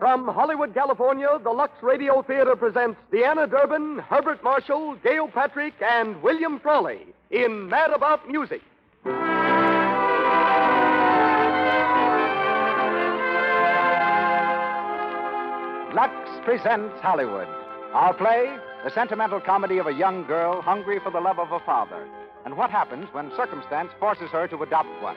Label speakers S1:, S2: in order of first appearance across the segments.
S1: From Hollywood, California, the Lux Radio Theater presents Deanna Durbin, Herbert Marshall, Gail Patrick, and William Frawley in Mad About Music.
S2: Lux presents Hollywood. Our play, the sentimental comedy of a young girl hungry for the love of a father, and what happens when circumstance forces her to adopt one.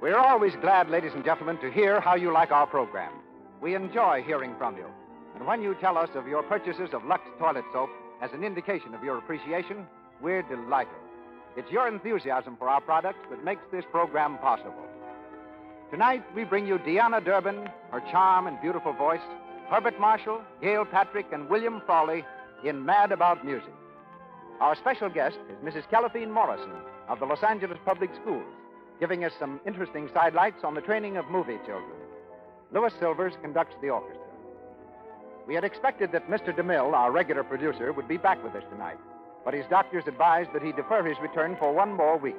S2: We're always glad, ladies and gentlemen, to hear how you like our program. We enjoy hearing from you. And when you tell us of your purchases of Lux toilet soap as an indication of your appreciation, we're delighted. It's your enthusiasm for our products that makes this program possible. Tonight, we bring you Deanna Durbin, her charm and beautiful voice, Herbert Marshall, Gail Patrick, and William Frawley in Mad About Music. Our special guest is Mrs. Calathine Morrison of the Los Angeles Public Schools, giving us some interesting sidelights on the training of movie children. Louis Silvers conducts the orchestra. We had expected that Mr. DeMille, our regular producer, would be back with us tonight, but his doctors advised that he defer his return for one more week.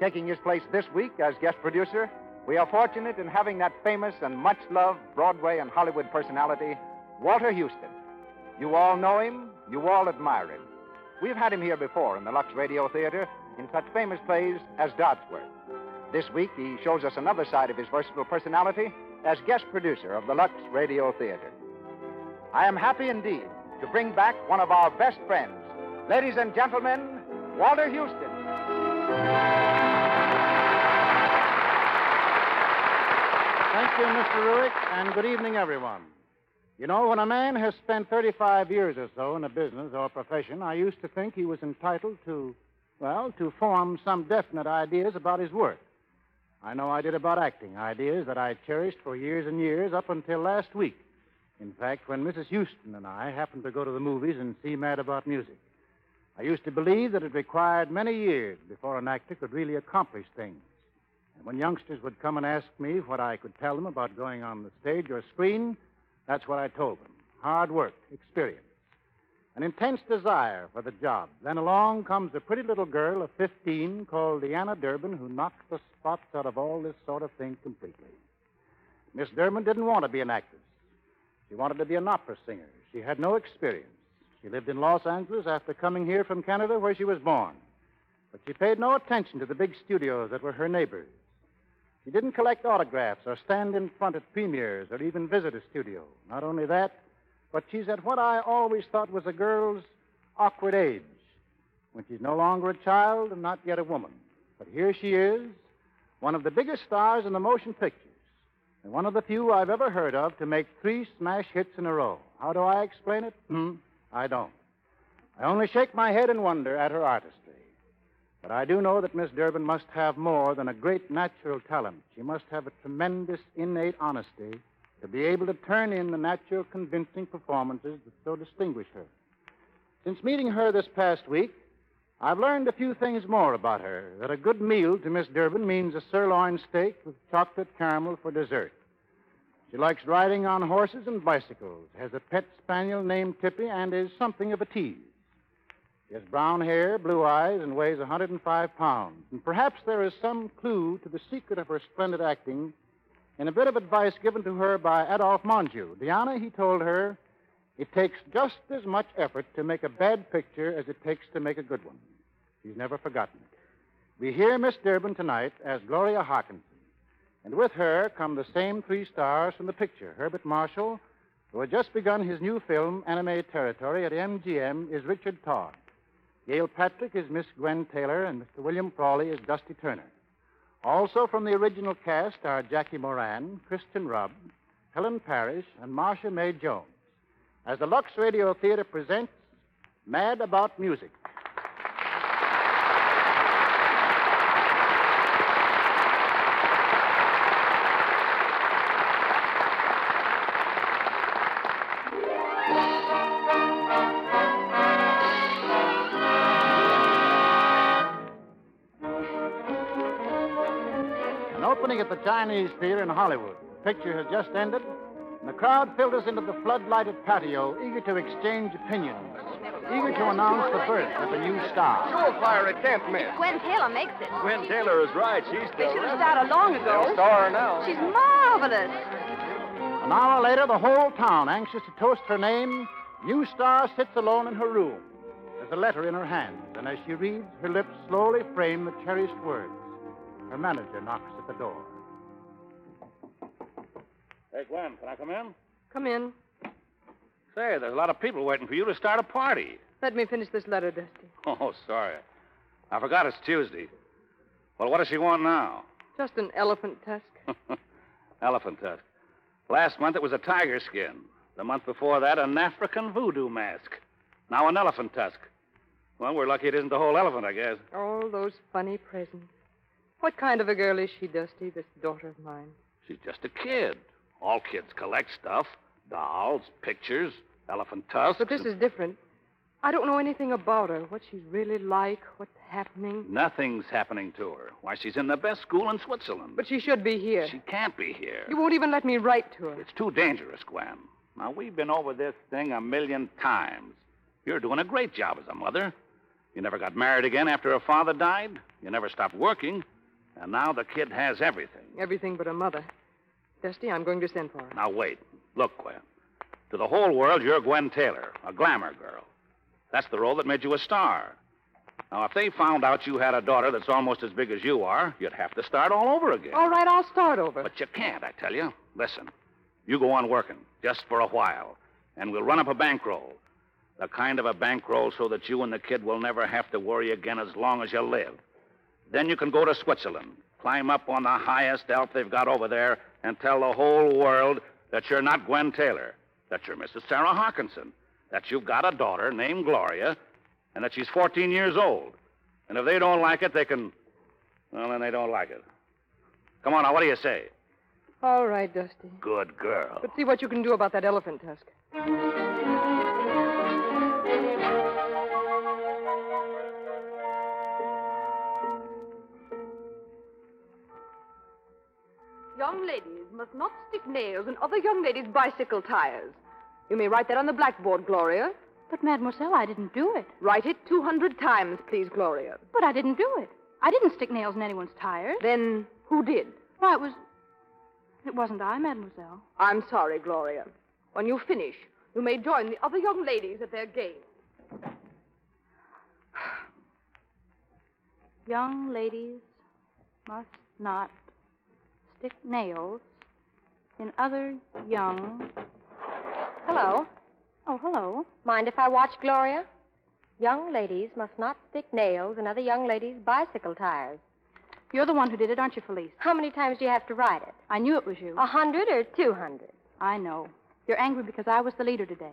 S2: Taking his place this week as guest producer, we are fortunate in having that famous and much loved Broadway and Hollywood personality, Walter Houston. You all know him, you all admire him. We've had him here before in the Lux Radio Theater in such famous plays as Dodsworth. This week, he shows us another side of his versatile personality as guest producer of the Lux Radio Theater. I am happy indeed to bring back one of our best friends. Ladies and gentlemen, Walter Houston.
S3: Thank you, Mr. Ruick, and good evening, everyone. You know, when a man has spent 35 years or so in a business or profession, I used to think he was entitled to, well, to form some definite ideas about his work. I know I did about acting, ideas that I cherished for years and years up until last week. In fact, when Mrs. Houston and I happened to go to the movies and see Mad About Music, I used to believe that it required many years before an actor could really accomplish things. And when youngsters would come and ask me what I could tell them about going on the stage or screen, that's what I told them hard work, experience, an intense desire for the job. Then along comes a pretty little girl of 15 called Deanna Durbin who knocks the spots out of all this sort of thing completely. Miss Durbin didn't want to be an actress. She wanted to be an opera singer. She had no experience. She lived in Los Angeles after coming here from Canada where she was born. But she paid no attention to the big studios that were her neighbors. She didn't collect autographs or stand in front at premieres or even visit a studio. Not only that, but she's at what I always thought was a girl's awkward age, when she's no longer a child and not yet a woman. But here she is, one of the biggest stars in the motion pictures, and one of the few I've ever heard of to make three smash hits in a row. How do I explain it? Hmm, I don't. I only shake my head and wonder at her artistry. But I do know that Miss Durbin must have more than a great natural talent. She must have a tremendous innate honesty to be able to turn in the natural, convincing performances that so distinguish her. Since meeting her this past week, I've learned a few things more about her. That a good meal to Miss Durbin means a sirloin steak with chocolate caramel for dessert. She likes riding on horses and bicycles, has a pet spaniel named Tippy, and is something of a tease. She has brown hair, blue eyes, and weighs 105 pounds. And perhaps there is some clue to the secret of her splendid acting in a bit of advice given to her by Adolph Monju. Diana, he told her, it takes just as much effort to make a bad picture as it takes to make a good one. She's never forgotten it. We hear Miss Durbin tonight as Gloria Hawkinson. And with her come the same three stars from the picture Herbert Marshall, who had just begun his new film, Anime Territory, at MGM, is Richard Todd. Gail Patrick is Miss Gwen Taylor, and Mr. William Prawley is Dusty Turner. Also from the original cast are Jackie Moran, Kristen Rubb, Helen Parrish, and Marcia May Jones. As the Lux Radio Theater presents Mad About Music. An opening at the Chinese Theater in Hollywood. The picture has just ended, and the crowd filters into the floodlighted patio, eager to exchange opinions, eager to announce the birth of a new star.
S4: Surefire, it can't miss.
S5: Gwen Taylor makes it.
S4: Gwen Taylor is right. She's
S5: We should have started long ago.
S4: star now.
S5: She's marvelous.
S3: An hour later, the whole town, anxious to toast her name, new star sits alone in her room. There's a letter in her hand, and as she reads, her lips slowly frame the cherished words. Her manager knocks at the door.
S6: Hey, Gwen, can I come in?
S7: Come in.
S6: Say, there's a lot of people waiting for you to start a party.
S7: Let me finish this letter, Dusty.
S6: Oh, sorry. I forgot it's Tuesday. Well, what does she want now?
S7: Just an elephant tusk.
S6: Elephant tusk. Last month it was a tiger skin. The month before that, an African voodoo mask. Now an elephant tusk. Well, we're lucky it isn't the whole elephant, I guess.
S7: All those funny presents. What kind of a girl is she, Dusty, this daughter of mine?
S6: She's just a kid. All kids collect stuff dolls, pictures, elephant tusks.
S7: But this
S6: and-
S7: is different. I don't know anything about her, what she's really like, what's happening.
S6: Nothing's happening to her. Why, she's in the best school in Switzerland.
S7: But she should be here.
S6: she can't be here.
S7: You won't even let me write to her.
S6: It's too dangerous, Gwen. Now, we've been over this thing a million times. You're doing a great job as a mother. You never got married again after her father died. You never stopped working. And now the kid has everything.
S7: Everything but her mother. Dusty, I'm going to send for her.
S6: Now, wait. Look, Gwen. To the whole world, you're Gwen Taylor, a glamour girl. That's the role that made you a star. Now, if they found out you had a daughter that's almost as big as you are, you'd have to start all over again.
S7: All right, I'll start over.
S6: But you can't, I tell you. Listen, you go on working, just for a while, and we'll run up a bankroll. The kind of a bankroll so that you and the kid will never have to worry again as long as you live. Then you can go to Switzerland, climb up on the highest elf they've got over there, and tell the whole world that you're not Gwen Taylor, that you're Mrs. Sarah Hawkinson, that you've got a daughter named Gloria, and that she's 14 years old. And if they don't like it, they can. Well, then they don't like it. Come on now, what do you say?
S7: All right, Dusty.
S6: Good girl.
S7: But see what you can do about that elephant tusk.
S5: Young ladies must not stick nails in other young ladies' bicycle tires. You may write that on the blackboard, Gloria.
S8: But, mademoiselle, I didn't do it.
S5: Write it 200 times, please, Gloria.
S8: But I didn't do it. I didn't stick nails in anyone's tires.
S5: Then who did?
S8: Why, it was. It wasn't I, mademoiselle.
S5: I'm sorry, Gloria. When you finish, you may join the other young ladies at their game.
S8: Young ladies must not stick nails in other young.
S9: Hello.
S8: Oh, hello.
S9: Mind if I watch Gloria? Young ladies must not stick nails in other young ladies' bicycle tires.
S8: You're the one who did it, aren't you, Felice?
S9: How many times do you have to write it?
S8: I knew it was you.
S9: A hundred or two hundred?
S8: I know. You're angry because I was the leader today.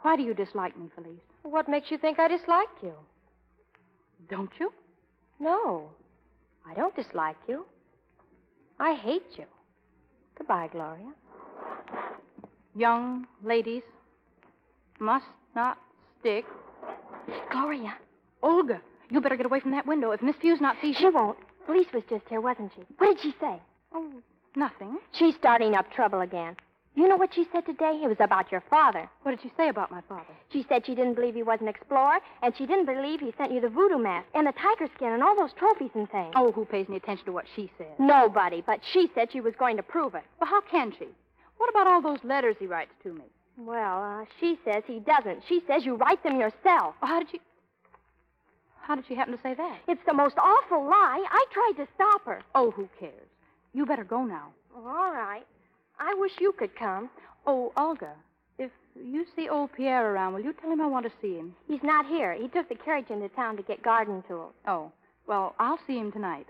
S8: Why do you dislike me, Felice?
S9: What makes you think I dislike you?
S8: Don't you?
S9: No, I don't dislike you. I hate you. Goodbye, Gloria.
S8: Young ladies must not stick
S9: Gloria,
S8: Olga, you better get away from that window. If Miss Few's not sees
S9: she
S8: you,
S9: won't. Elise was just here, wasn't she? What did she say?
S8: oh, nothing.
S9: She's starting up trouble again. You know what she said today? It was about your father.
S8: What did she say about my father?
S9: She said she didn't believe he was an explorer, and she didn't believe he sent you the voodoo mask and the tiger skin and all those trophies and things.
S8: Oh, who pays any attention to what she says?
S9: Nobody, but she said she was going to prove it.
S8: Well, how can she? What about all those letters he writes to me?
S9: Well, uh, she says he doesn't. She says you write them yourself.
S8: Oh, how did you? How did she happen to say that?
S9: It's the most awful lie. I tried to stop her.
S8: Oh, who cares? You better go now.
S9: Well, Oh, all right. I wish you could come.
S8: Oh, Olga, if you see old Pierre around, will you tell him I want to see him?
S9: He's not here. He took the carriage into town to get garden tools.
S8: Oh, well, I'll see him tonight.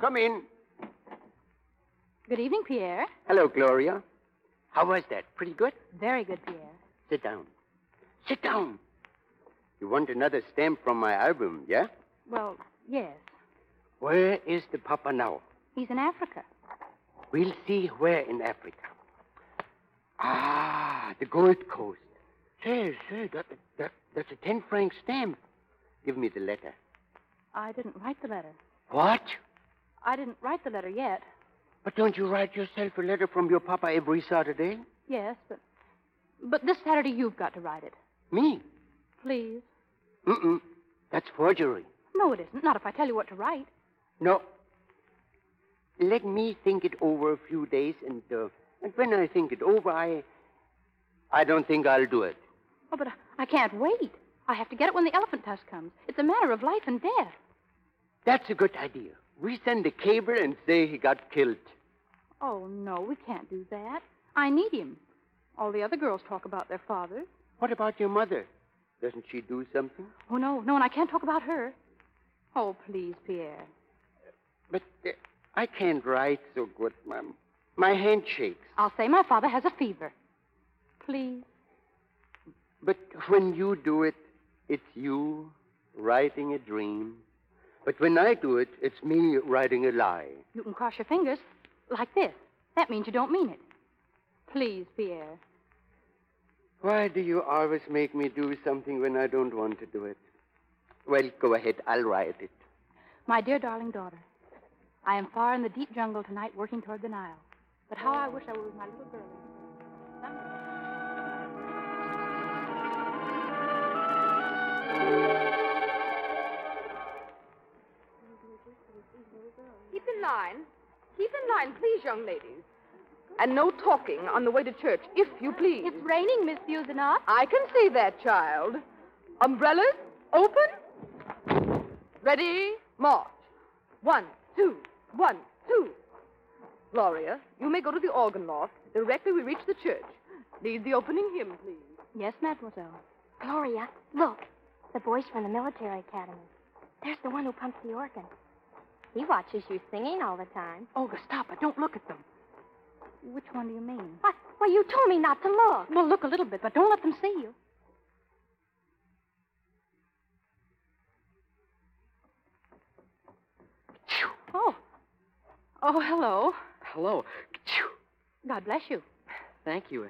S10: Come in.
S8: Good evening, Pierre.
S10: Hello, Gloria. How was that? Pretty good?
S8: Very good, Pierre.
S10: Sit down. Sit down. You want another stamp from my album, yeah?
S8: Well, yes.
S10: Where is the Papa now?
S8: He's in Africa.
S10: We'll see where in Africa. Ah, the Gold Coast. Say, say, that, that, that's a 10 franc stamp. Give me the letter.
S8: I didn't write the letter.
S10: What?
S8: I didn't write the letter yet.
S10: But don't you write yourself a letter from your papa every Saturday?
S8: Yes, but. But this Saturday you've got to write it.
S10: Me?
S8: Please.
S10: Mm-mm. That's forgery.
S8: No, it isn't. Not if I tell you what to write.
S10: No. Let me think it over a few days, and uh, and when I think it over, I I don't think I'll do it.
S8: Oh, but I can't wait. I have to get it when the elephant tusk comes. It's a matter of life and death.
S10: That's a good idea. We send a cable and say he got killed.
S8: Oh, no, we can't do that. I need him. All the other girls talk about their fathers.
S10: What about your mother? Doesn't she do something?
S8: Oh, no, no, and I can't talk about her. Oh, please, Pierre.
S10: But uh, I can't write so good, Mum. My hand shakes.
S8: I'll say my father has a fever. Please.
S10: But when you do it, it's you writing a dream. But when I do it, it's me writing a lie.
S8: You can cross your fingers like this. That means you don't mean it. Please, Pierre.
S10: Why do you always make me do something when I don't want to do it? Well, go ahead. I'll write it.
S8: My dear darling daughter, I am far in the deep jungle tonight working toward the Nile. But how I wish I were with my little girl.
S11: Keep in line. Keep in line, please, young ladies. And no talking on the way to church, if you please.
S9: It's raining, Miss Susanot.
S11: I can see that, child. Umbrellas, open. Ready, march. One, two, one, two. Gloria, you may go to the organ loft directly we reach the church. Lead the opening hymn, please.
S8: Yes, mademoiselle.
S9: Gloria, look. The boys from the military academy. There's the one who pumps the organ. He watches you singing all the time.
S8: Olga, stop it. Don't look at them. Which one do you mean?
S9: Why, well, you told me not to look.
S8: Well, look a little bit, but don't let them see you. Oh. Oh, hello.
S12: Hello.
S8: God bless you.
S12: Thank you.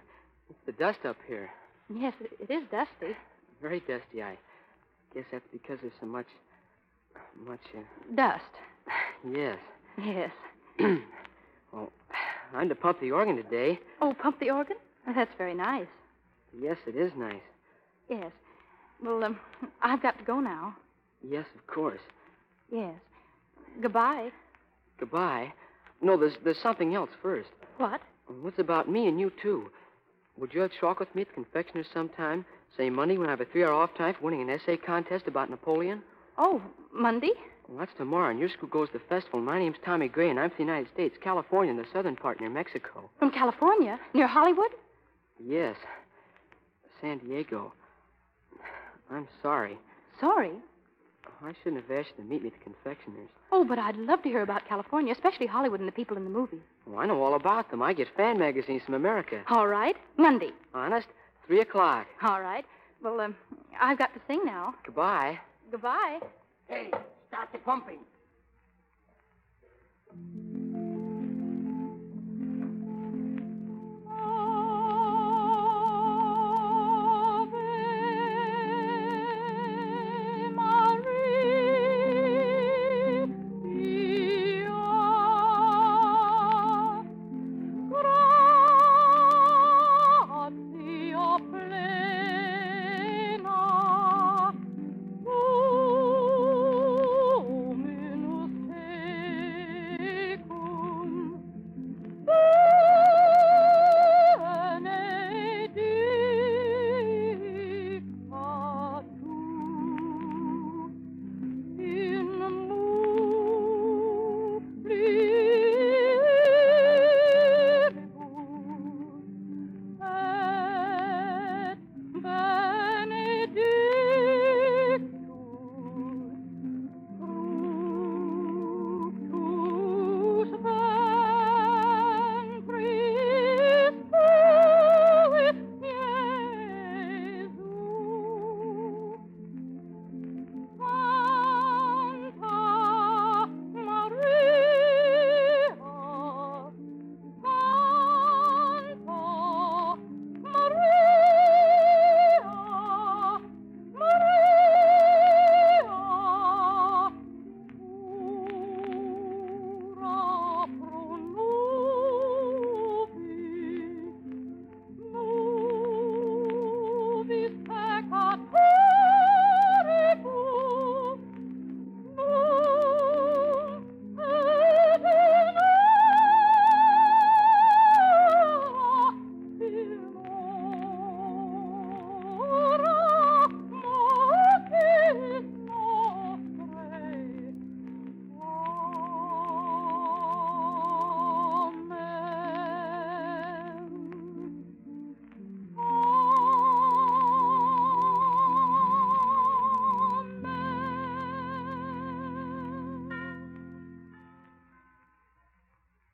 S12: It's the dust up here.
S8: Yes, it is dusty.
S12: Very dusty. I guess that's because there's so much. much. Uh...
S8: Dust.
S12: Yes.
S8: Yes.
S12: well, I'm to pump the organ today.
S8: Oh, pump the organ? Well, that's very nice.
S12: Yes, it is nice.
S8: Yes. Well, um, I've got to go now.
S12: Yes, of course.
S8: Yes. Goodbye.
S12: Goodbye. No, there's there's something else first.
S8: What?
S12: What's about me and you too? Would you like to walk with me at the confectioner's sometime? Say Monday when I have a three-hour off time for winning an essay contest about Napoleon?
S8: Oh, Monday?
S12: Well, that's tomorrow, and your school goes to the festival. My name's Tommy Gray, and I'm from the United States, California, in the southern part near Mexico.
S8: From California? Near Hollywood?
S12: Yes. San Diego. I'm sorry.
S8: Sorry?
S12: I shouldn't have asked you to meet me at the confectioner's.
S8: Oh, but I'd love to hear about California, especially Hollywood and the people in the movies.
S12: Well, I know all about them. I get fan magazines from America.
S8: All right. Monday.
S12: Honest? Three o'clock.
S8: All right. Well, um, I've got to sing now.
S12: Goodbye.
S8: Goodbye.
S10: Hey, start the pumping.
S13: plena, luminus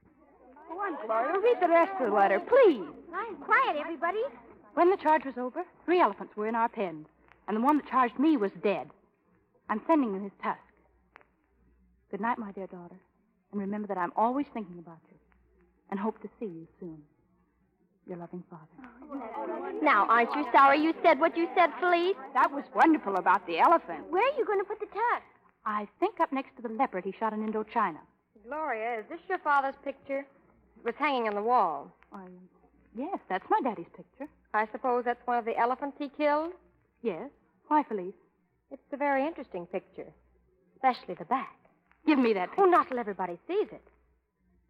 S14: think, Gloria. Read the rest of the letter, please.
S9: Quiet, everybody.
S8: When the charge was over, three elephants were in our pens, and the one that charged me was dead. I'm sending him his tusk. Good night, my dear daughter, and remember that I'm always thinking about you, and hope to see you soon. Your loving father.
S9: Now, aren't you sorry you said what you said, Felice?
S8: That was wonderful about the elephant.
S9: Where are you going to put the tusk?
S8: I think up next to the leopard he shot in Indochina.
S14: Gloria, is this your father's picture? It was hanging on the wall.
S8: Why, yes, that's my daddy's picture.
S14: I suppose that's one of the elephants he killed?
S8: Yes. Why, Felice?
S14: It's a very interesting picture, especially the back.
S8: Give me that
S14: Oh, not till everybody sees it.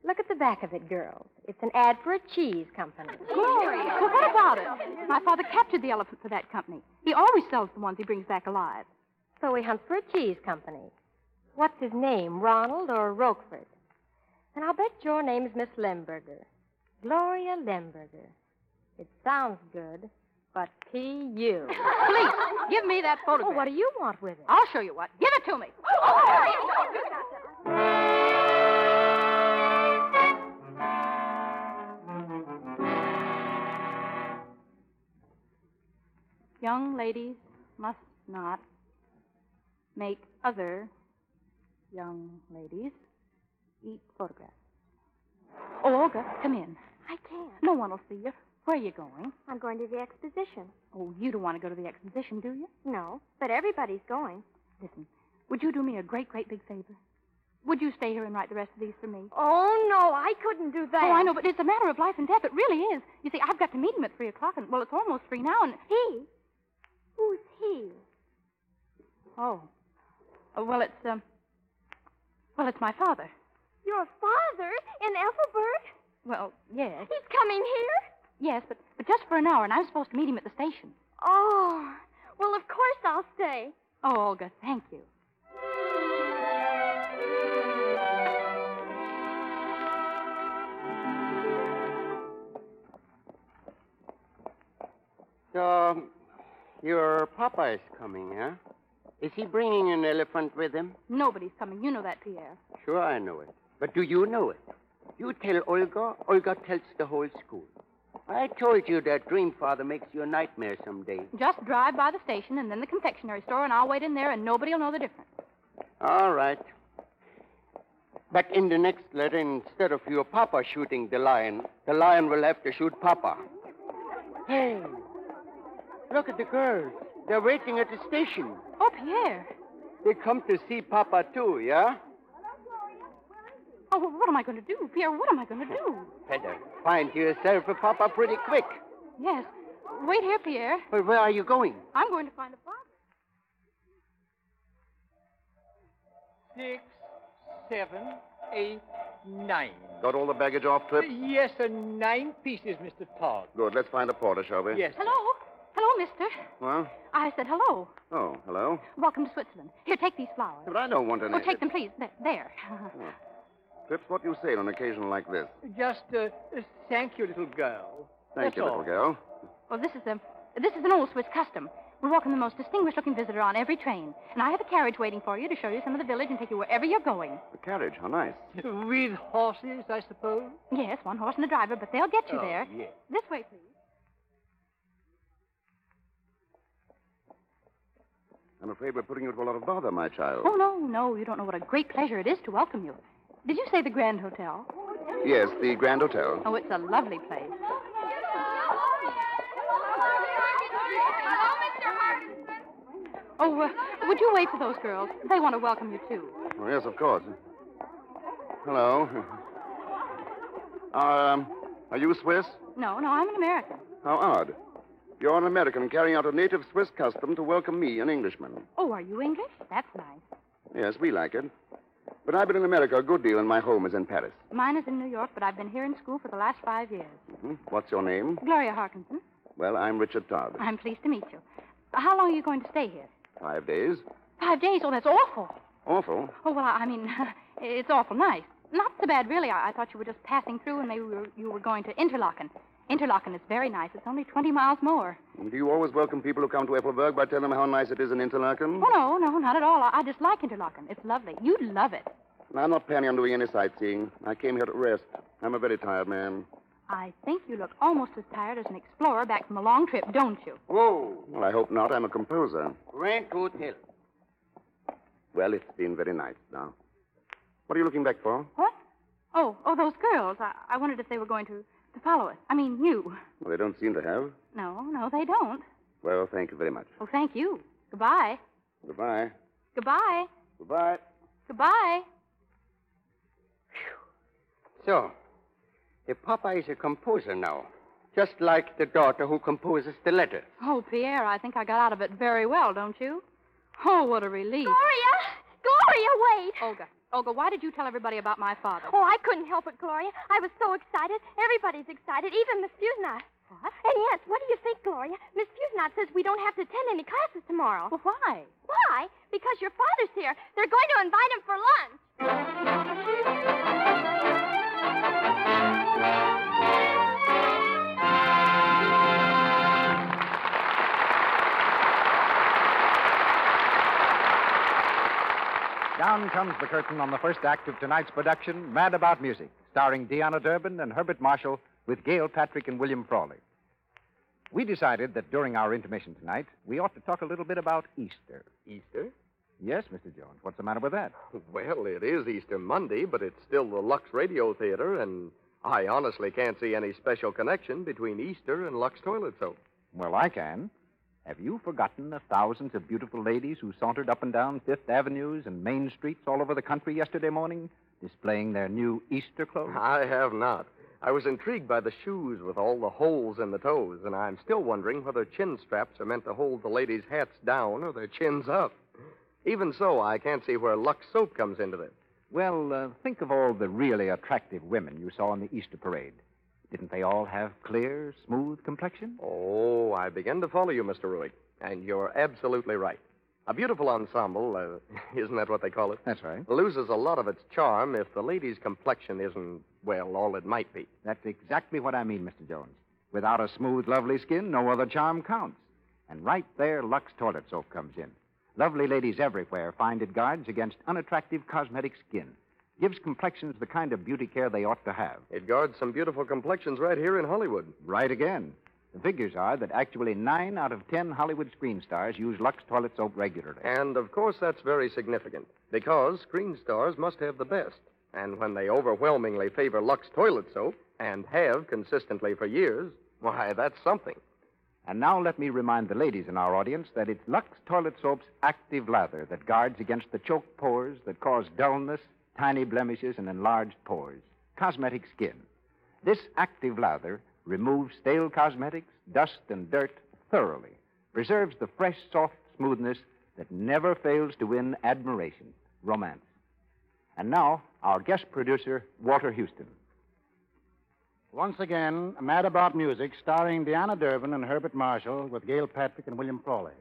S14: Look at the back of it, girls. It's an ad for a cheese company.
S8: Glory! Well, what about it? My father captured the elephant for that company. He always sells the ones he brings back alive.
S14: So he hunts for a cheese company. What's his name, Ronald or Roquefort? And I'll bet your name is Miss Lemberger. Gloria Lemberger. It sounds good, but P.U.
S8: Please, give me that photograph.
S14: Oh, what do you want with it?
S8: I'll show you what. Give it to me. Young ladies must not make other young ladies eat photographs. Oh, Olga, come in.
S9: I can't.
S8: No one will see you. Where are you going?
S9: I'm going to the exposition.
S8: Oh, you don't want to go to the exposition, do you?
S9: No, but everybody's going.
S8: Listen, would you do me a great, great big favor? Would you stay here and write the rest of these for me?
S9: Oh, no, I couldn't do that.
S8: Oh, I know, but it's a matter of life and death. It really is. You see, I've got to meet him at three o'clock, and well, it's almost three now, and
S9: He? Who's he?
S8: oh, Oh, well, it's um, well, it's my father.
S9: Your father in Ethelbert?
S8: Well, yes,
S9: He's coming here?
S8: yes, but but just for an hour, and I'm supposed to meet him at the station.
S9: Oh, well, of course I'll stay.
S8: Oh, Olga, thank you.
S10: So, your Papa's coming, huh? Is he bringing an elephant with him?
S8: Nobody's coming. You know that, Pierre.
S10: Sure, I know it. But do you know it? You tell Olga, Olga tells the whole school. I told you that dream father makes you a nightmare someday.
S8: Just drive by the station and then the confectionery store, and I'll wait in there, and nobody'll know the difference.
S10: All right. But in the next letter, instead of your papa shooting the lion, the lion will have to shoot papa. Hey, look at the girls. They're waiting at the station.
S8: Oh, Pierre.
S10: They come to see papa, too, yeah?
S8: Oh, what am I going to do, Pierre? What am I going to do?
S10: Better find yourself a papa pretty quick.
S8: Yes. Wait here, Pierre.
S10: But where are you going?
S8: I'm going to find a father.
S15: Six, seven, eight, nine.
S16: Got all the baggage off, Trip?
S15: Yes, sir, nine pieces, Mr. Todd.
S16: Good. Let's find a porter, shall we?
S15: Yes.
S8: Hello? Hello, mister.
S16: Well,
S8: I said hello.
S16: oh, hello.
S8: Welcome to Switzerland. Here, take these flowers.
S16: But I don't want any.
S8: Oh, take them, please. There. there.
S16: Oh. Trips, what do you say on an occasion like this?
S15: Just uh, thank you, little girl.
S16: Thank
S15: That's
S16: you, little
S15: all.
S16: girl.
S8: Well, this is a this is an old Swiss custom. We welcome the most distinguished-looking visitor on every train, and I have a carriage waiting for you to show you some of the village and take you wherever you're going.
S16: The carriage, how nice.
S15: With horses, I suppose.
S8: Yes, one horse and a driver, but they'll get you
S15: Oh,
S8: there.
S15: yes.
S8: This way, please.
S16: I'm afraid we're putting you to a lot of bother, my child.
S8: Oh no, no, you don't know what a great pleasure it is to welcome you. Did you say the Grand Hotel?
S16: Yes, the Grand Hotel.
S8: Oh, it's a lovely place. Oh, uh, would you wait for those girls? They want to welcome you too.
S16: Oh, yes, of course. Hello. Are, um, are you Swiss?
S8: No, no, I'm an American.
S16: How odd. You're an American carrying out a native Swiss custom to welcome me, an Englishman.
S8: Oh, are you English? That's nice.
S16: Yes, we like it. But I've been in America a good deal, and my home is in Paris.
S8: Mine is in New York, but I've been here in school for the last five years.
S16: Hmm? What's your name?
S8: Gloria Harkinson.
S16: Well, I'm Richard Todd.
S8: I'm pleased to meet you. How long are you going to stay here?
S16: Five days.
S8: Five days? Oh, that's awful.
S16: Awful.
S8: Oh, well, I I mean, it's awful nice. Not so bad, really. I, I thought you were just passing through and maybe we were, you were going to Interlaken. Interlaken is very nice. It's only 20 miles more.
S16: Do you always welcome people who come to Ethelberg by
S8: Hmm.
S16: telling them how nice it is in Interlaken?
S8: Oh, no, no, not at all. I, I dislike Interlaken. It's lovely. You'd love it.
S16: And I'm not planning on doing any sightseeing. I came here to rest. I'm a very tired man.
S8: I think you look almost as tired as an explorer back from a long trip, don't you?
S10: Whoa.
S16: Well, I hope not. I'm a composer.
S10: Grand Coot Hill.
S16: Well, it's been very nice now. What are you looking back for?
S8: What? Oh, oh, those girls. I, I wondered if they were going to, to follow us. I mean, you.
S16: Well, they don't seem to have.
S8: No, no, they don't.
S16: Well, thank you very much.
S8: Well, thank you. Goodbye.
S16: Goodbye.
S8: Goodbye.
S16: Goodbye.
S8: Goodbye.
S10: So, the papa is a composer now, just like the daughter who composes the letters.
S8: Oh, Pierre, I think I got out of it very well, don't you? Oh, what a relief.
S9: Gloria! Gloria, wait!
S8: Olga, Olga, why did you tell everybody about my father?
S9: Oh, I couldn't help it, Gloria. I was so excited. Everybody's excited, even Miss Fusnot.
S8: What?
S9: And yes, what do you think, Gloria? Miss Fusnot says we don't have to attend any classes tomorrow.
S8: Well, why?
S9: Why? Because your father's here. They're going to invite him for lunch.
S2: Down comes the curtain on the first act of tonight's production, Mad About Music, starring Deanna Durbin and Herbert Marshall, with Gail Patrick and William Frawley. We decided that during our intermission tonight, we ought to talk a little bit about Easter.
S1: Easter?
S2: Yes, Mr. Jones, what's the matter with that?
S1: Well, it is Easter Monday, but it's still the Lux Radio Theater, and I honestly can't see any special connection between Easter and Lux toilet soap.
S2: Well, I can. Have you forgotten the thousands of beautiful ladies who sauntered up and down Fifth Avenues and main streets all over the country yesterday morning, displaying their new Easter clothes?
S1: I have not. I was intrigued by the shoes with all the holes in the toes, and I'm still wondering whether chin straps are meant to hold the ladies' hats down or their chins up. Even so, I can't see where Lux soap comes into this.
S2: Well, uh, think of all the really attractive women you saw in the Easter parade. Didn't they all have clear, smooth complexions?
S1: Oh, I begin to follow you, Mr. Ruick, and you're absolutely right. A beautiful ensemble, uh, isn't that what they call it?
S2: That's right.
S1: Loses a lot of its charm if the lady's complexion isn't, well, all it might be.
S2: That's exactly what I mean, Mr. Jones. Without a smooth, lovely skin, no other charm counts. And right there, Lux toilet soap comes in. Lovely ladies everywhere find it guards against unattractive cosmetic skin. Gives complexions the kind of beauty care they ought to have.
S1: It guards some beautiful complexions right here in Hollywood.
S2: Right again. The figures are that actually nine out of ten Hollywood screen stars use Lux toilet soap regularly.
S1: And of course, that's very significant because screen stars must have the best. And when they overwhelmingly favor Lux toilet soap and have consistently for years, why, that's something.
S2: And now let me remind the ladies in our audience that it's Lux Toilet Soap's active lather that guards against the choke pores that cause dullness, tiny blemishes, and enlarged pores, cosmetic skin. This active lather removes stale cosmetics, dust, and dirt thoroughly, preserves the fresh, soft smoothness that never fails to win admiration, romance. And now, our guest producer, Walter Houston. Once again, Mad About Music, starring Deanna Durbin and Herbert Marshall, with Gail Patrick and William Prawley.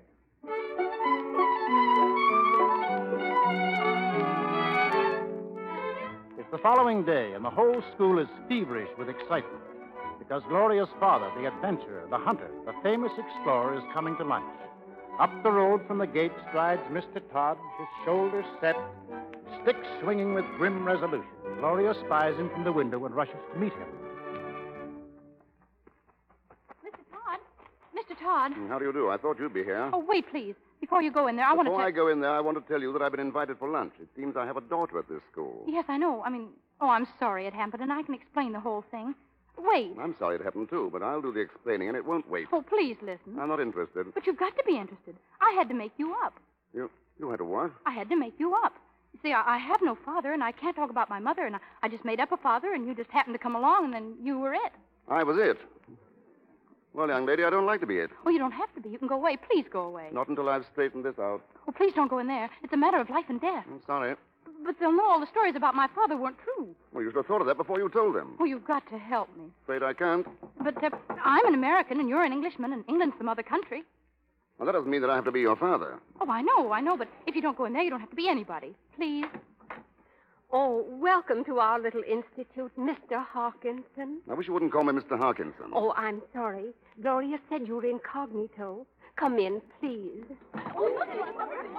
S2: It's the following day, and the whole school is feverish with excitement because Gloria's father, the adventurer, the hunter, the famous explorer, is coming to lunch. Up the road from the gate strides Mr. Todd, his shoulders set, stick swinging with grim resolution. Gloria spies him from the window and rushes to meet him.
S8: Mr. Todd? Mr. Todd?
S16: Mm, How do you do? I thought you'd be here.
S8: Oh, wait, please. Before you go in there, I want to.
S16: Before I
S8: tell-
S16: go in there, I want to tell you that I've been invited for lunch. It seems I have a daughter at this school.
S8: Yes, I know. I mean, oh, I'm sorry it happened, and I can explain the whole thing. Wait.
S16: I'm sorry it happened too, but I'll do the explaining, and it won't wait.
S8: Oh, please listen.
S16: I'm not interested.
S8: But you've got to be interested. I had to make you up.
S16: You, you had a what?
S8: I had to make you up. You see, I, I have no father, and I can't talk about my mother, and I, I just made up a father, and you just happened to come along, and then you were it.
S16: I was it. Well, young lady, I don't like to be it.
S8: Oh, you don't have to be. You can go away. Please go away.
S16: Not until I've straightened this out.
S8: Oh, please don't go in there. It's a matter of life and death.
S16: I'm sorry.
S8: But they'll know all the stories about my father weren't true.
S16: Well, you should have thought of that before you told them.
S8: Oh, you've got to help me.
S16: Afraid I can't.
S8: But uh, I'm an American, and you're an Englishman, and England's some other country.
S16: Well, that doesn't mean that I have to be your father.
S8: Oh, I know, I know, but if you don't go in there, you don't have to be anybody. Please.
S13: Oh, welcome to our little institute, Mr. Hawkinson.
S16: I wish you wouldn't call me Mr. Harkinson.
S13: Oh, I'm sorry. Gloria said you were incognito. Come in, please.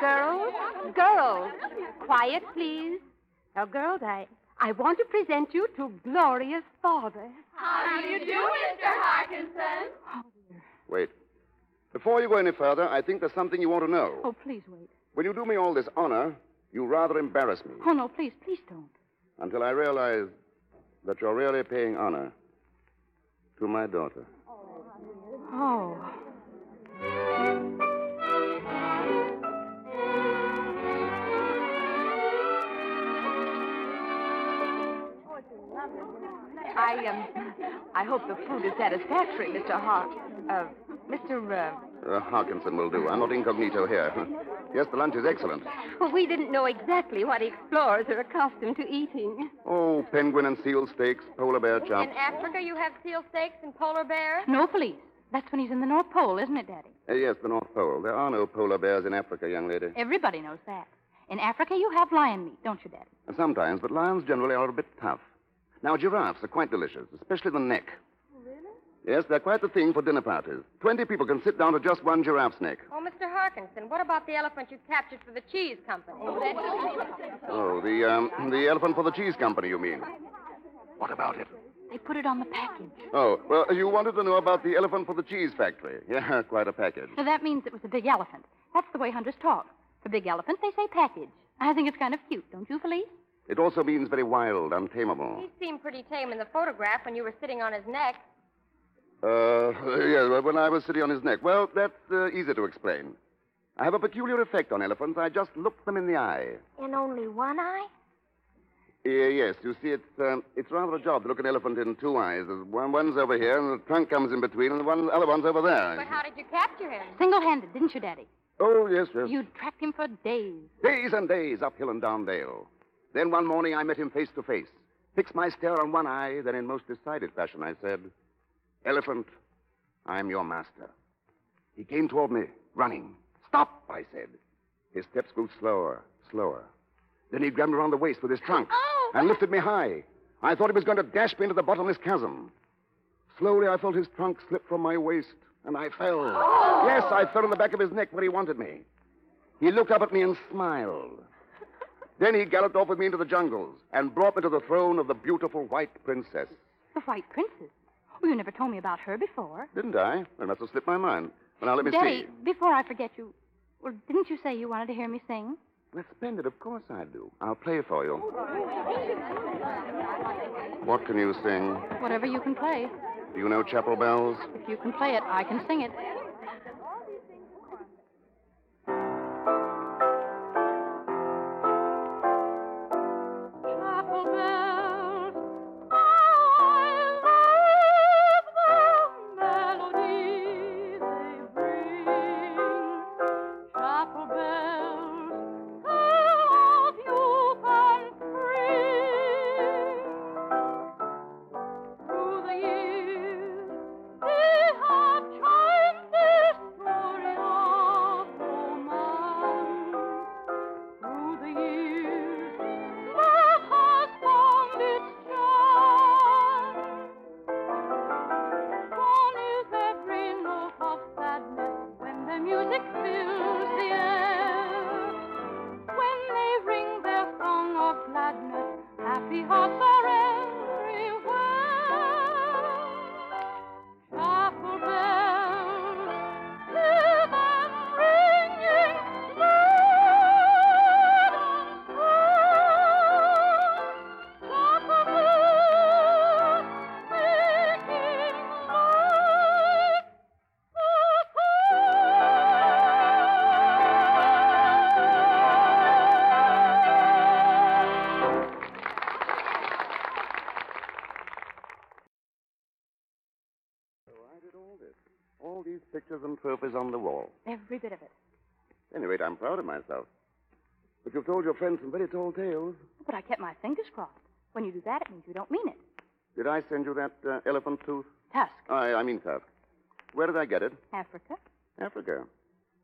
S13: Girls, girls, quiet, please.
S11: Now, girls, I, I want to present you to Gloria's father.
S13: How do you do, Mr. Hawkinson?
S16: Wait. Before you go any further, I think there's something you want to know.
S8: Oh, please wait.
S16: Will you do me all this honor? You rather embarrass me
S8: Oh, no, please, please don't.
S16: until I realize that you're really paying honor to my daughter.
S8: Oh.
S7: I, um, I hope the food is satisfactory, Mr. Hawk. Uh, Mr. Uh,
S16: Uh, Hawkinson will do. I'm not incognito here. yes, the lunch is excellent.
S11: Well, we didn't know exactly what explorers are accustomed to eating.
S16: Oh, penguin and seal steaks, polar bear chops.
S14: In Africa, you have seal steaks and polar bears?
S8: No, please. That's when he's in the North Pole, isn't it, Daddy?
S16: Uh, yes, the North Pole. There are no polar bears in Africa, young lady.
S8: Everybody knows that. In Africa, you have lion meat, don't you, Daddy?
S16: Sometimes, but lions generally are a bit tough. Now, giraffes are quite delicious, especially the neck.
S11: Oh,
S16: Really? Yes, they're quite the thing for dinner parties. Twenty people can sit down to just one giraffe's neck.
S14: Oh, Mr. Harkinson, what about the elephant you captured for the cheese company?
S16: Oh, the um, the elephant for the cheese company, you mean? What about it?
S8: They put it on the package.
S16: Oh, well, you wanted to know about the elephant for the cheese factory. Yeah, quite a package.
S8: So that means it was a big elephant. That's the way hunters talk. For big elephant, they say package. I think it's kind of cute, don't you, Felice?
S16: It also means very wild, untamable.
S14: He seemed pretty tame in the photograph when you were sitting on his neck.
S16: Uh, yeah, well, when I was sitting on his neck. Well, that's uh, easy to explain. I have a peculiar effect on elephants. I just look them in the eye.
S9: In only one eye?
S16: Uh, yes, you see, it's um, it's rather a job to look an elephant in two eyes. There's One, one's over here, and the trunk comes in between, and the one, other one's over
S14: But
S16: there.
S14: how did you capture him?
S8: Single handed, didn't you, Daddy?
S16: Oh, yes, yes.
S8: You tracked him for days.
S16: Days and days up hill and down dale. Then one morning I met him face to face. Fixed my stare on one eye, then in most decided fashion I said, Elephant, I'm your master. He came toward me, running. Stop, I said. His steps grew slower, slower. Then he grabbed me around the waist with his trunk and lifted me high. I thought he was going to dash me into the bottomless chasm. Slowly I felt his trunk slip from my waist, and I fell. Yes, I fell on the back of his neck where he wanted me. He looked up at me and smiled. then he galloped off with me into the jungles and brought me to the throne of the beautiful white princess.
S8: The White Princess. Oh, you never told me about her before.
S16: Didn't I? It must have slipped my mind. Well, now let me
S8: Daddy,
S16: see.
S8: before I forget you, well, didn't you say you wanted to hear me sing?
S16: Well, splendid. Of course I do. I'll play for you. What can you sing?
S8: Whatever you can play.
S16: Do you know chapel bells?
S8: If you can play it, I can sing it.
S13: Music fills the air when they ring their song of gladness. Happy hearts are everywhere. Chapel bells, hear them ringing loud and strong. Chapel bells, making light
S16: All these pictures and trophies on the wall.
S8: Every bit of it.
S16: At any rate, I'm proud of myself. But you've told your friends some very tall tales.
S8: But I kept my fingers crossed. When you do that, it means you don't mean it.
S16: Did I send you that uh, elephant tooth?
S8: Tusk,
S16: I, I mean tusk. Where did I get it?
S8: Africa,
S16: Africa.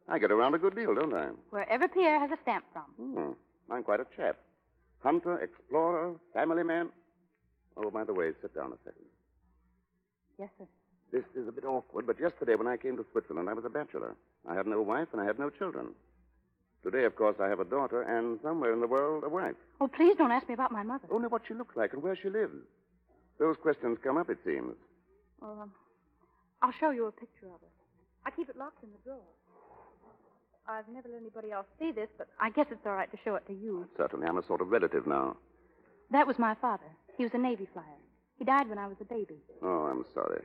S16: I get around a good deal, don't I?
S8: wherever Pierre has a stamp from.
S16: Hmm. I'm quite a chap. Hunter, explorer, family man. Oh, by the way, sit down a second.
S8: Yes, sir.
S16: This is a bit awkward, but yesterday when I came to Switzerland, I was a bachelor. I had no wife and I had no children. Today, of course, I have a daughter and somewhere in the world, a wife.
S8: Oh, please don't ask me about my mother.
S16: Only what she looks like and where she lives. Those questions come up, it seems.
S8: Well, um, I'll show you a picture of her. I keep it locked in the drawer. I've never let anybody else see this, but I guess it's all right to show it to you.
S16: Certainly, I'm a sort of relative now.
S8: That was my father. He was a Navy flyer. He died when I was a baby.
S16: Oh, I'm sorry.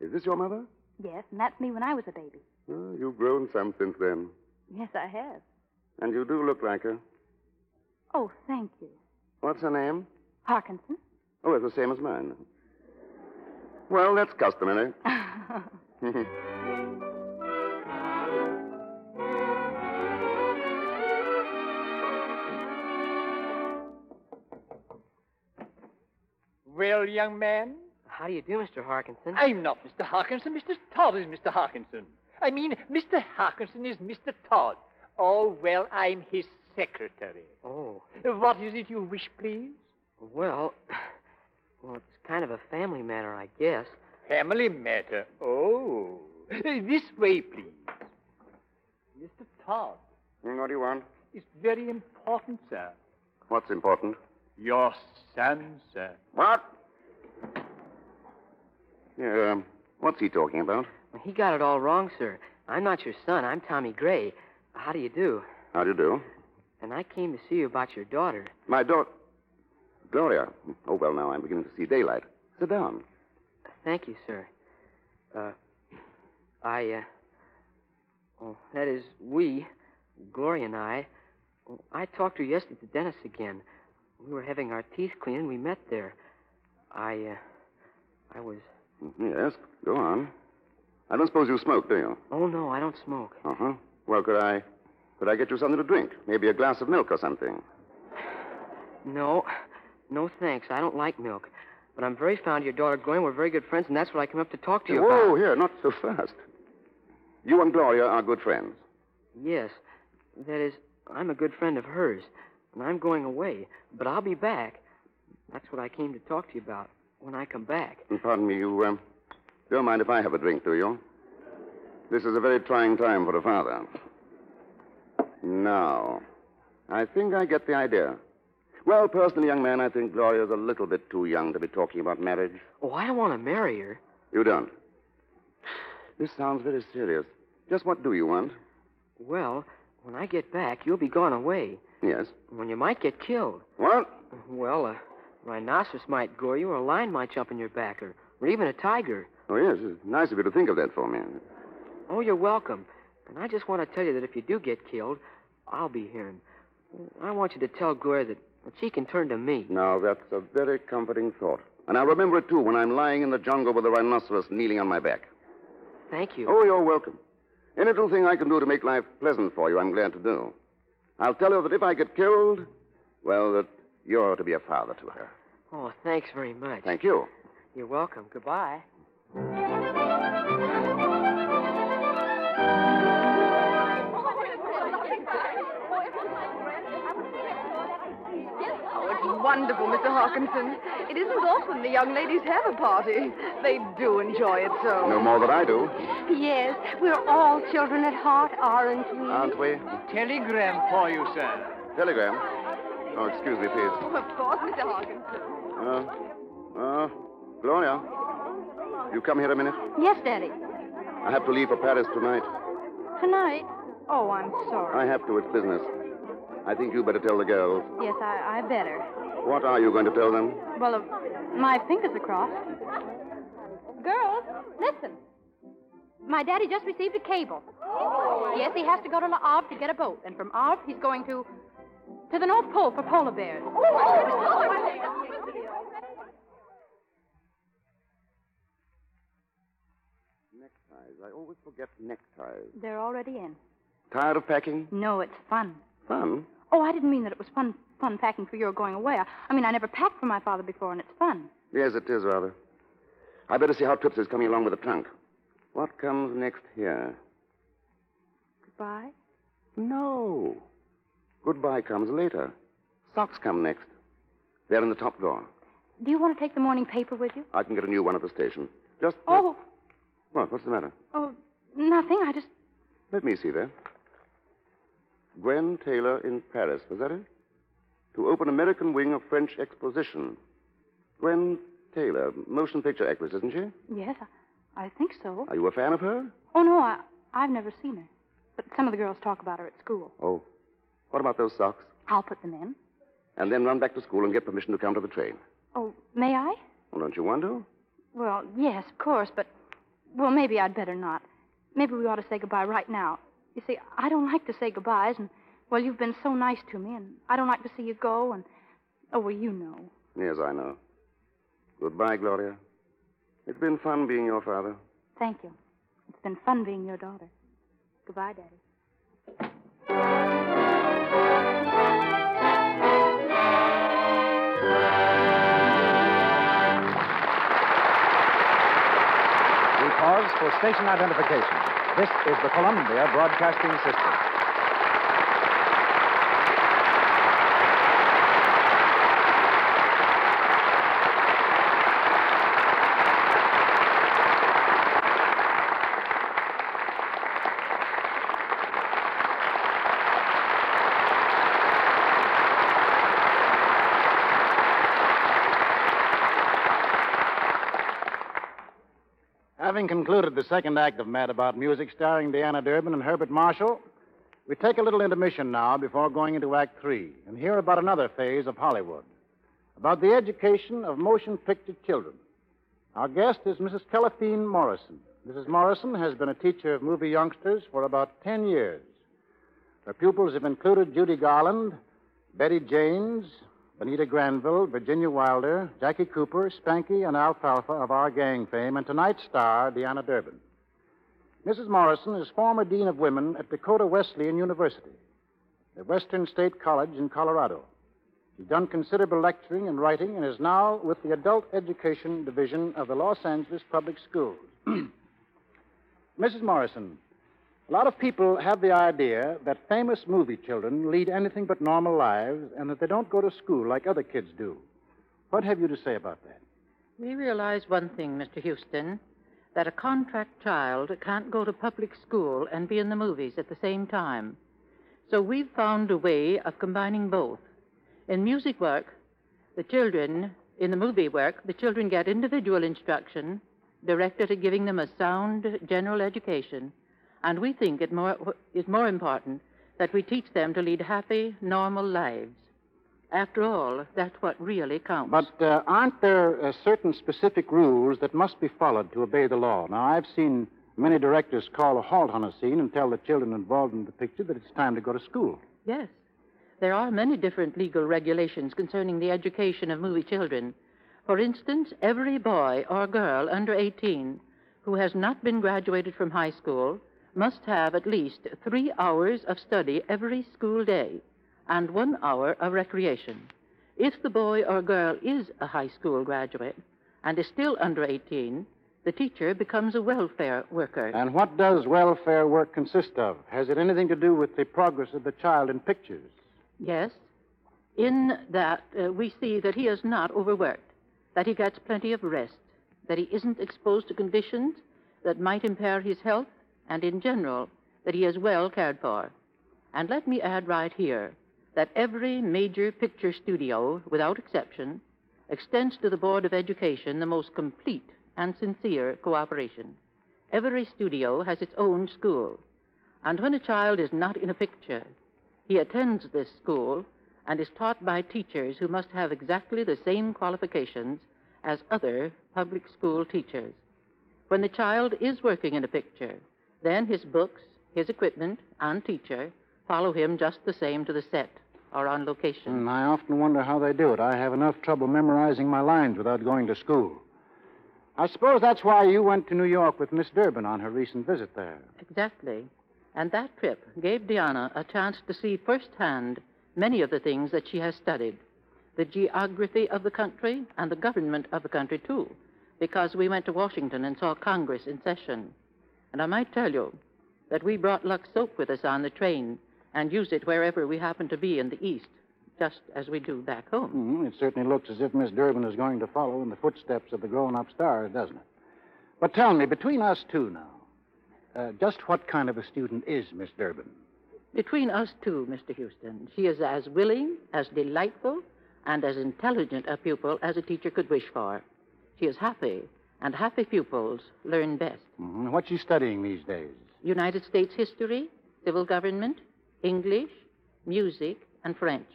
S16: Is this your mother?
S8: Yes, and that's me when I was a baby.
S16: Oh, you've grown some since then.
S8: Yes, I have.
S16: And you do look like her.
S8: Oh, thank you.
S16: What's her name?
S8: Parkinson.
S16: Oh, it's the same as mine. Well, that's customary.
S15: Well, young man,
S12: How do you do, Mr. Harkinson?
S15: I'm not Mr. Harkinson. Mr. Todd is Mr. Harkinson. I mean, Mr. Harkinson is Mr. Todd. Oh, well, I'm his secretary.
S12: Oh,
S15: What is it you wish, please?
S12: well. Well, it's kind of a family matter, I guess.
S15: Family matter. Oh. This way, please. Mr. Todd,
S16: Hmm, What do you want?
S15: it's very important, sir.
S16: What's important?
S15: Your son, sir.
S16: What? Yeah, um, what's he talking about?
S12: He got it all wrong, sir. I'm not your son. I'm Tommy Gray. How do you do?
S16: How do you do?
S12: And I came to see you about your daughter.
S16: My daughter. Gloria. Oh, well, now I'm beginning to see daylight. Sit down.
S12: Thank you, sir. Uh, I, uh, oh, that is, we, Gloria and I, oh, I talked to her yesterday at the dentist again. We were having our teeth cleaned. We met there. I, uh, I was,
S16: Mm-hmm, Yes, go on. I don't suppose you smoke, do you?
S12: oh no, I don't smoke.
S16: Uh huh. Well, could I. Could I get you something to drink? Maybe a glass of milk or something.
S12: No, no thanks. I don't like milk. But I'm very fond of your daughter, Gloria. and We're very good friends, and that's what I came up to talk to you about.
S16: Whoa, Oh, here, not so fast. You and Gloria are good friends.
S12: Yes. That is, I'm a good friend of hers, and I'm going away, but I'll be back. That's what I came to talk to you about when I come back.
S16: And pardon me, you um, don't mind if I have a drink, do you? This is a very trying time for a father. Now, I think I get the idea. Well, personally, young man, I think Gloria's a little bit too young to be talking about marriage.
S12: Oh, I don't want to marry her.
S16: You don't. This sounds very serious. Just what do you want?
S12: Well, when I get back, you'll be gone away.
S16: Yes.
S12: When you might get killed.
S16: What?
S12: Well, a rhinoceros might gore you, or a lion might jump on your back, or, or even a tiger.
S16: Oh, yes. It's nice of you to think of that for me.
S12: Oh, you're welcome. And I just want to tell you that if you do get killed, I'll be here. And I want you to tell Gloria that, that she can turn to me.
S16: Now, that's a very comforting thought. And I'll remember it, too, when I'm lying in the jungle with a rhinoceros kneeling on my back.
S12: Thank you.
S16: Oh, you're welcome. Any little thing I can do to make life pleasant for you, I'm glad to do. I'll tell her that if I get killed, well, that you're to be a father to her.
S12: Oh, thanks very much.
S16: Thank you.
S12: You're welcome. Goodbye.
S5: Oh, it's wonderful, Mr. Harkinson. It isn't often the young ladies have a party. They do enjoy it so.
S16: No more than I do,
S11: Yes, we're all children at heart, aren't we?
S16: aren't we?
S15: Telegram for you, sir.
S16: Telegram. Oh, excuse me, please.
S5: Of course, Mr. Harkinson.
S16: Uh, uh, Gloria, you come here a minute.
S8: Yes, Daddy.
S16: I have to leave for Paris tonight.
S8: Tonight? Oh, I'm sorry.
S16: I have to. It's business. I think you better tell the girls.
S8: Yes, I, I better.
S16: What are you going to tell them?
S8: Well, uh, my fingers are crossed.
S14: Girls, listen. My daddy just received a cable. Yes, he has to go to La Havre to get a boat, and from Havre he's going to to the North Pole for polar bears.
S16: Neckties. I always forget neckties.
S8: They're already in.
S16: Tired of packing?
S8: No, it's fun.
S16: Fun?
S8: Oh, I didn't mean that it was fun fun packing for your going away. I, I mean, I never packed for my father before, and it's fun.
S16: Yes, it is, rather. I better see how Trips is coming along with the trunk. What comes next here?
S8: Goodbye.
S16: No. Goodbye comes later. Socks come next. They're in the top drawer.
S8: Do you want to take the morning paper with you?
S16: I can get a new one at the station. Just.
S8: Oh,
S16: What? What's the matter?
S8: oh, nothing. I just
S16: Let me see there. Gwen Taylor in Paris, was that it? To open American wing of French exposition. Gwen Taylor, motion picture actress, isn't she?
S8: Yes, I, I think so.
S16: Are you a fan of her?
S8: Oh, no, I, I've never seen her. But some of the girls talk about her at school.
S16: Oh. What about those socks?
S8: I'll put them in.
S16: And then run back to school and get permission to come to the train.
S8: Oh, may I?
S16: Well, don't you want to?
S8: Well, yes, of course, but. Well, maybe I'd better not. Maybe we ought to say goodbye right now. You see, I don't like to say goodbyes, and, well, you've been so nice to me, and I don't like to see you go, and. Oh, well, you know.
S16: Yes, I know. Goodbye, Gloria. It's been fun being your father.
S8: Thank you. It's been fun being your daughter. Goodbye, Daddy.
S3: We pause for station identification. This is the Columbia Broadcasting System. Having concluded the second act of Mad About Music, starring Deanna Durbin and Herbert Marshall, we take a little intermission now before going into Act Three and hear about another phase of Hollywood, about the education of motion picture children. Our guest is Mrs. Kelethine Morrison. Mrs. Morrison has been a teacher of movie youngsters for about 10 years. Her pupils have included Judy Garland, Betty Janes, Benita Granville, Virginia Wilder, Jackie Cooper, Spanky, and Alfalfa of our gang fame, and tonight's star, Deanna Durbin. Mrs. Morrison is former Dean of Women at Dakota Wesleyan University, the Western State College in Colorado. She's done considerable lecturing and writing and is now with the Adult Education Division of the Los Angeles Public Schools. Mrs. Morrison, a lot of people have the idea that famous movie children lead anything but normal lives and that they don't go to school like other kids do. What have you to say about that?
S17: We realize one thing, Mr. Houston that a contract child can't go to public school and be in the movies at the same time. So we've found a way of combining both. In music work, the children, in the movie work, the children get individual instruction directed at giving them a sound general education. And we think it more, is more important that we teach them to lead happy, normal lives. After all, that's what really counts.
S3: But uh, aren't there uh, certain specific rules that must be followed to obey the law? Now, I've seen many directors call a halt on a scene and tell the children involved in the picture that it's time to go to school.
S17: Yes. There are many different legal regulations concerning the education of movie children. For instance, every boy or girl under 18 who has not been graduated from high school must have at least three hours of study every school day and one hour of recreation. If the boy or girl is a high school graduate and is still under 18, the teacher becomes a welfare worker.
S3: And what does welfare work consist of? Has it anything to do with the progress of the child in pictures?
S17: Yes. In that, uh, we see that he is not overworked, that he gets plenty of rest, that he isn't exposed to conditions that might impair his health, and in general, that he is well cared for. And let me add right here that every major picture studio, without exception, extends to the Board of Education the most complete and sincere cooperation. Every studio has its own school. And when a child is not in a picture, he attends this school and is taught by teachers who must have exactly the same qualifications as other public school teachers. When the child is working in a picture, then his books, his equipment, and teacher follow him just the same to the set or on location.
S3: And I often wonder how they do it. I have enough trouble memorizing my lines without going to school. I suppose that's why you went to New York with Miss Durbin on her recent visit there.
S17: Exactly. And that trip gave Diana a chance to see firsthand many of the things that she has studied the geography of the country and the government of the country, too, because we went to Washington and saw Congress in session. And I might tell you that we brought Lux soap with us on the train and used it wherever we happened to be in the East, just as we do back home.
S3: Hmm, it certainly looks as if Miss Durbin is going to follow in the footsteps of the grown up stars, doesn't it? But tell me, between us two now, uh, just what kind of a student is Miss Durbin?
S17: Between us two, Mr. Houston, she is as willing, as delightful, and as intelligent a pupil as a teacher could wish for. She is happy, and happy pupils learn best.
S3: Mhm. What's she studying these days?
S17: United States history, civil government, English, music, and French.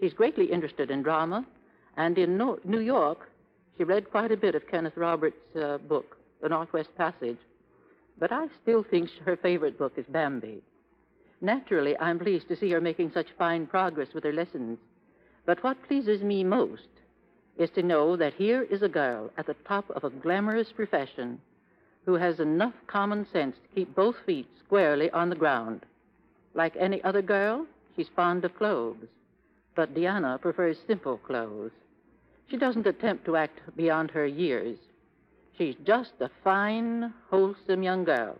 S17: She's greatly interested in drama, and in no- New York, she read quite a bit of Kenneth Roberts' uh, book, The Northwest Passage. But I still think her favorite book is Bambi. Naturally, I'm pleased to see her making such fine progress with her lessons. But what pleases me most is to know that here is a girl at the top of a glamorous profession who has enough common sense to keep both feet squarely on the ground. Like any other girl, she's fond of clothes, but Diana prefers simple clothes. She doesn't attempt to act beyond her years. She's just a fine, wholesome young girl,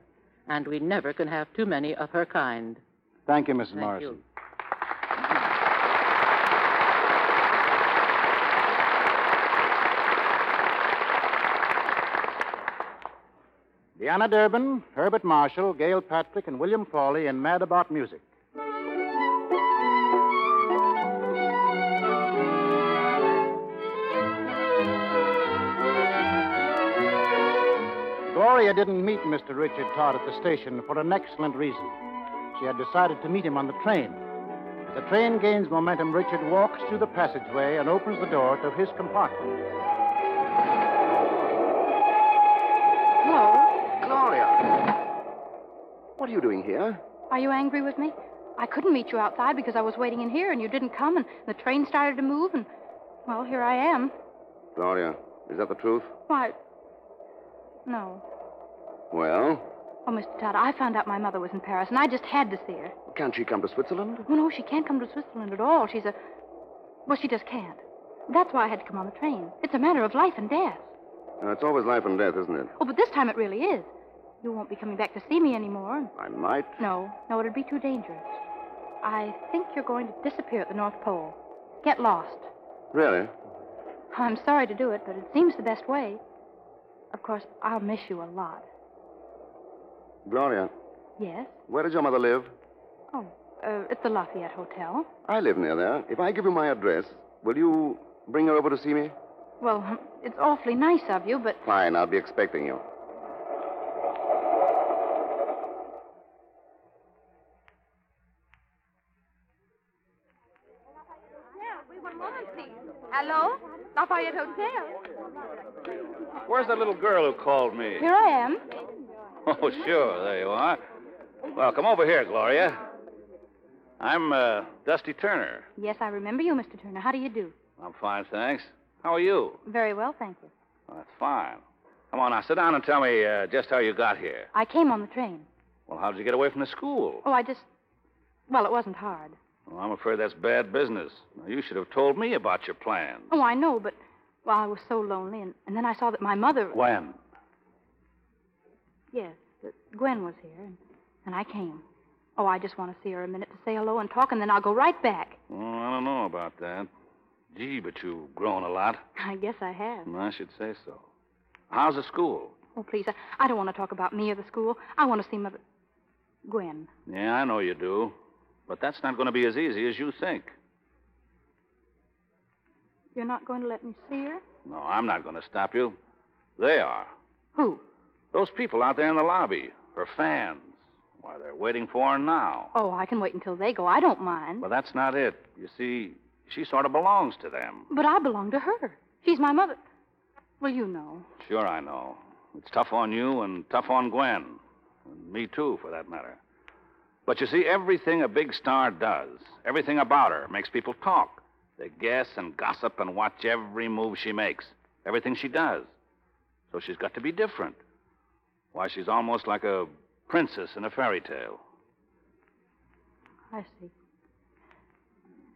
S17: and we never can have too many of her kind.
S3: Thank you, Mrs.
S17: Thank
S3: Morrison.
S17: you.
S3: Deanna Durbin, Herbert Marshall, Gail Patrick, and William Frawley in Mad About Music. Gloria didn't meet Mr. Richard Todd at the station for an excellent reason. She had decided to meet him on the train. As the train gains momentum, Richard walks through the passageway and opens the door to his compartment.
S8: Hello?
S16: Gloria. What are you doing here?
S8: Are you angry with me? I couldn't meet you outside because I was waiting in here and you didn't come and the train started to move and, well, here I am.
S16: Gloria, is that the truth?
S8: Why? No.
S16: Well,
S8: Oh, Mr. Todd, I found out my mother was in Paris and I just had to see her.
S16: can't she come to Switzerland?
S8: Oh, no, she can't come to Switzerland at all. She's a. Well, she just can't. That's why I had to come on the train. It's a matter of life and death.
S16: Uh, it's always life and death, isn't it?
S8: Oh, but this time it really is. You won't be coming back to see me anymore. and-
S16: I might.
S8: No, no, it'd be too dangerous. I think you're going to disappear at the North Pole. Get lost.
S16: Really?
S8: I'm sorry to do it, but it seems the best way. Of course, I'll miss you a lot.
S16: Gloria,
S8: Yes?
S16: where does your mother live?
S8: Oh, uh, at the Lafayette Hotel.
S16: I live near there. If I give you my address, will you bring her over to see me?
S8: Well, it's awfully nice of you, but.
S16: Fine, I'll be expecting you.
S7: Hello? Lafayette Hotel.
S6: Where's that little girl who called me?
S8: Here I am.
S6: Oh, sure, there you are. Well, come over here, Gloria. I'm uh, Dusty Turner.
S8: Yes, I remember you, Mr. Turner. How do you do?
S6: I'm fine, thanks. How are you?
S8: Very well, thank you.
S6: Well, that's fine. Come on now, sit down and tell me uh, just how you got here.
S8: I came on the train.
S6: Well, how did you get away from the school?
S8: Oh, I just. Well, it wasn't hard.
S6: Well, I'm afraid that's bad business. Now, you should have told me about your plan.
S8: Oh, I know, but. Well, I was so lonely, and, and then I saw that my mother.
S6: When?
S8: Yes, that Gwen was here, and, and I came. Oh, I just want to see her a minute to say hello and talk, and then I'll go right back.
S6: Oh, I don't know about that. Gee, but you've grown a lot.
S8: I guess I have.
S6: I should say so. How's the school?
S8: Oh, please, I, I don't want to talk about me or the school. I want to see Mother. Gwen.
S6: Yeah, I know you do. But that's not going to be as easy as you think.
S8: You're not going to let me see her?
S6: No, I'm not going to stop you. They are.
S8: Who?
S6: Those people out there in the lobby. Her fans. Why, they're waiting for her now.
S8: Oh, I can wait until they go. I don't mind.
S6: But that's not it. You see, she sort of belongs to them.
S8: But I belong to her. She's my mother. Well, you know.
S6: Sure, I know. It's tough on you and tough on Gwen. And me, too, for that matter. But you see, everything a big star does, everything about her, makes people talk. They guess and gossip and watch every move she makes, everything she does. So she's got to be different. Why, she's almost like a princess in a fairy tale.
S8: I see.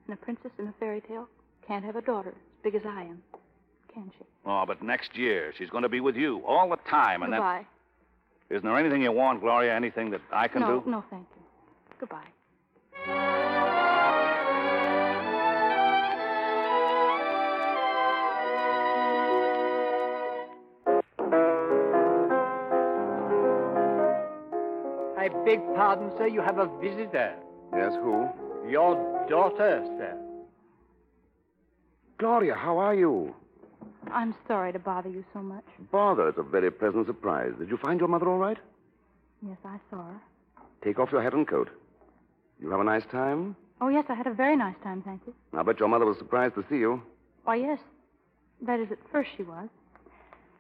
S8: And a princess in a fairy tale can't have a daughter as big as I am, can she?
S6: Oh, but next year, she's going to be with you all the time, and
S8: Goodbye.
S6: that. Isn't there anything you want, Gloria? Anything that I can
S8: no,
S6: do?
S8: no, thank you. Goodbye.
S15: I beg pardon, sir. You have a visitor.
S16: Yes, who?
S15: Your daughter, sir.
S16: Gloria, how are you?
S8: I'm sorry to bother you so much.
S16: Bother, it's a very pleasant surprise. Did you find your mother all right?
S8: Yes, I saw her.
S16: Take off your hat and coat. You have a nice time?
S8: Oh, yes, I had a very nice time, thank you.
S16: I bet your mother was surprised to see you.
S8: Why, yes. That is, at first she was.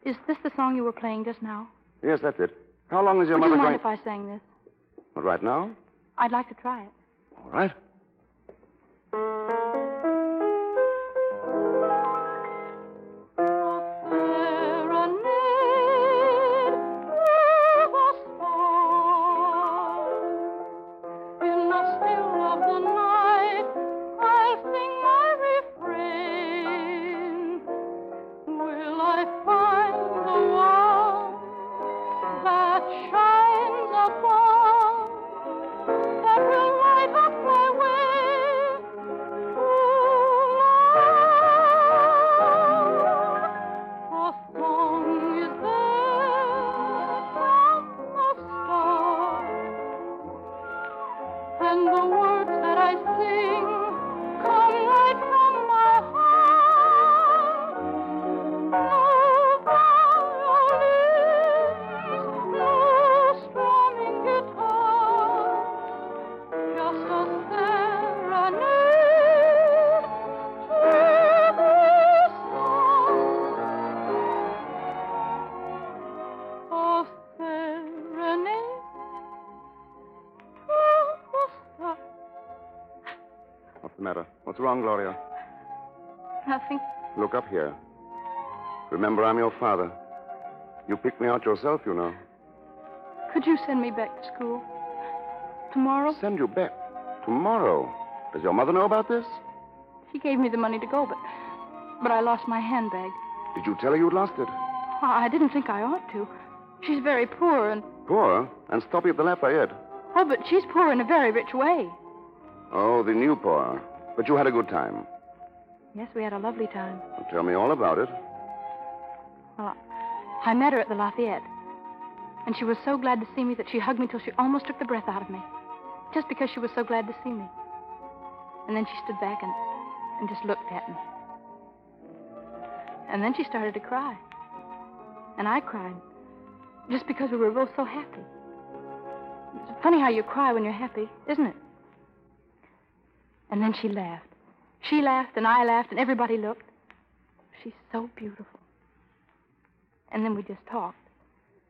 S8: Is this the song you were playing just now?
S16: Yes, that's it. How long is your
S8: Would
S16: mother
S8: you mind
S16: going?
S8: if I sang this?
S16: Right now?
S8: I'd like to try it.
S16: All right.
S13: In the still of the night, I'll sing my refrain. Will I find the one that shines above, that will light up my way through life? A song is there from the stars. And the words that I sing come right from my heart. No violins, no strumming guitar, just a serenade to the stars. A serenade to the stars.
S16: What's the matter? What's wrong, Gloria?
S8: Nothing.
S16: Look up here. Remember, I'm your father. You picked me out yourself, you know.
S8: Could you send me back to school? Tomorrow?
S16: Send you back. Tomorrow. Does your mother know about this?
S8: She gave me the money to go, but but I lost my handbag.
S16: Did you tell her you'd lost it?
S8: Oh, I I didn't think I ought to. She's very poor and
S16: Poor? And Stoppy of the Lafayette.
S8: oh, but she's poor in a very rich way.
S16: Oh, the new poor. But you had a good time.
S8: Yes, we had a lovely time.
S16: Well, tell me all about it.
S8: Well, I- I met her at the Lafayette, and she was so glad to see me that she hugged me till she almost took the breath out of me, just because she was so glad to see me. And then she stood back and, and just looked at me. And then she started to cry. And I cried, just because we were both so happy. It's funny how you cry when you're happy, isn't it? And then she laughed. She laughed, and I laughed, and everybody looked. She's so beautiful. And then we just talked.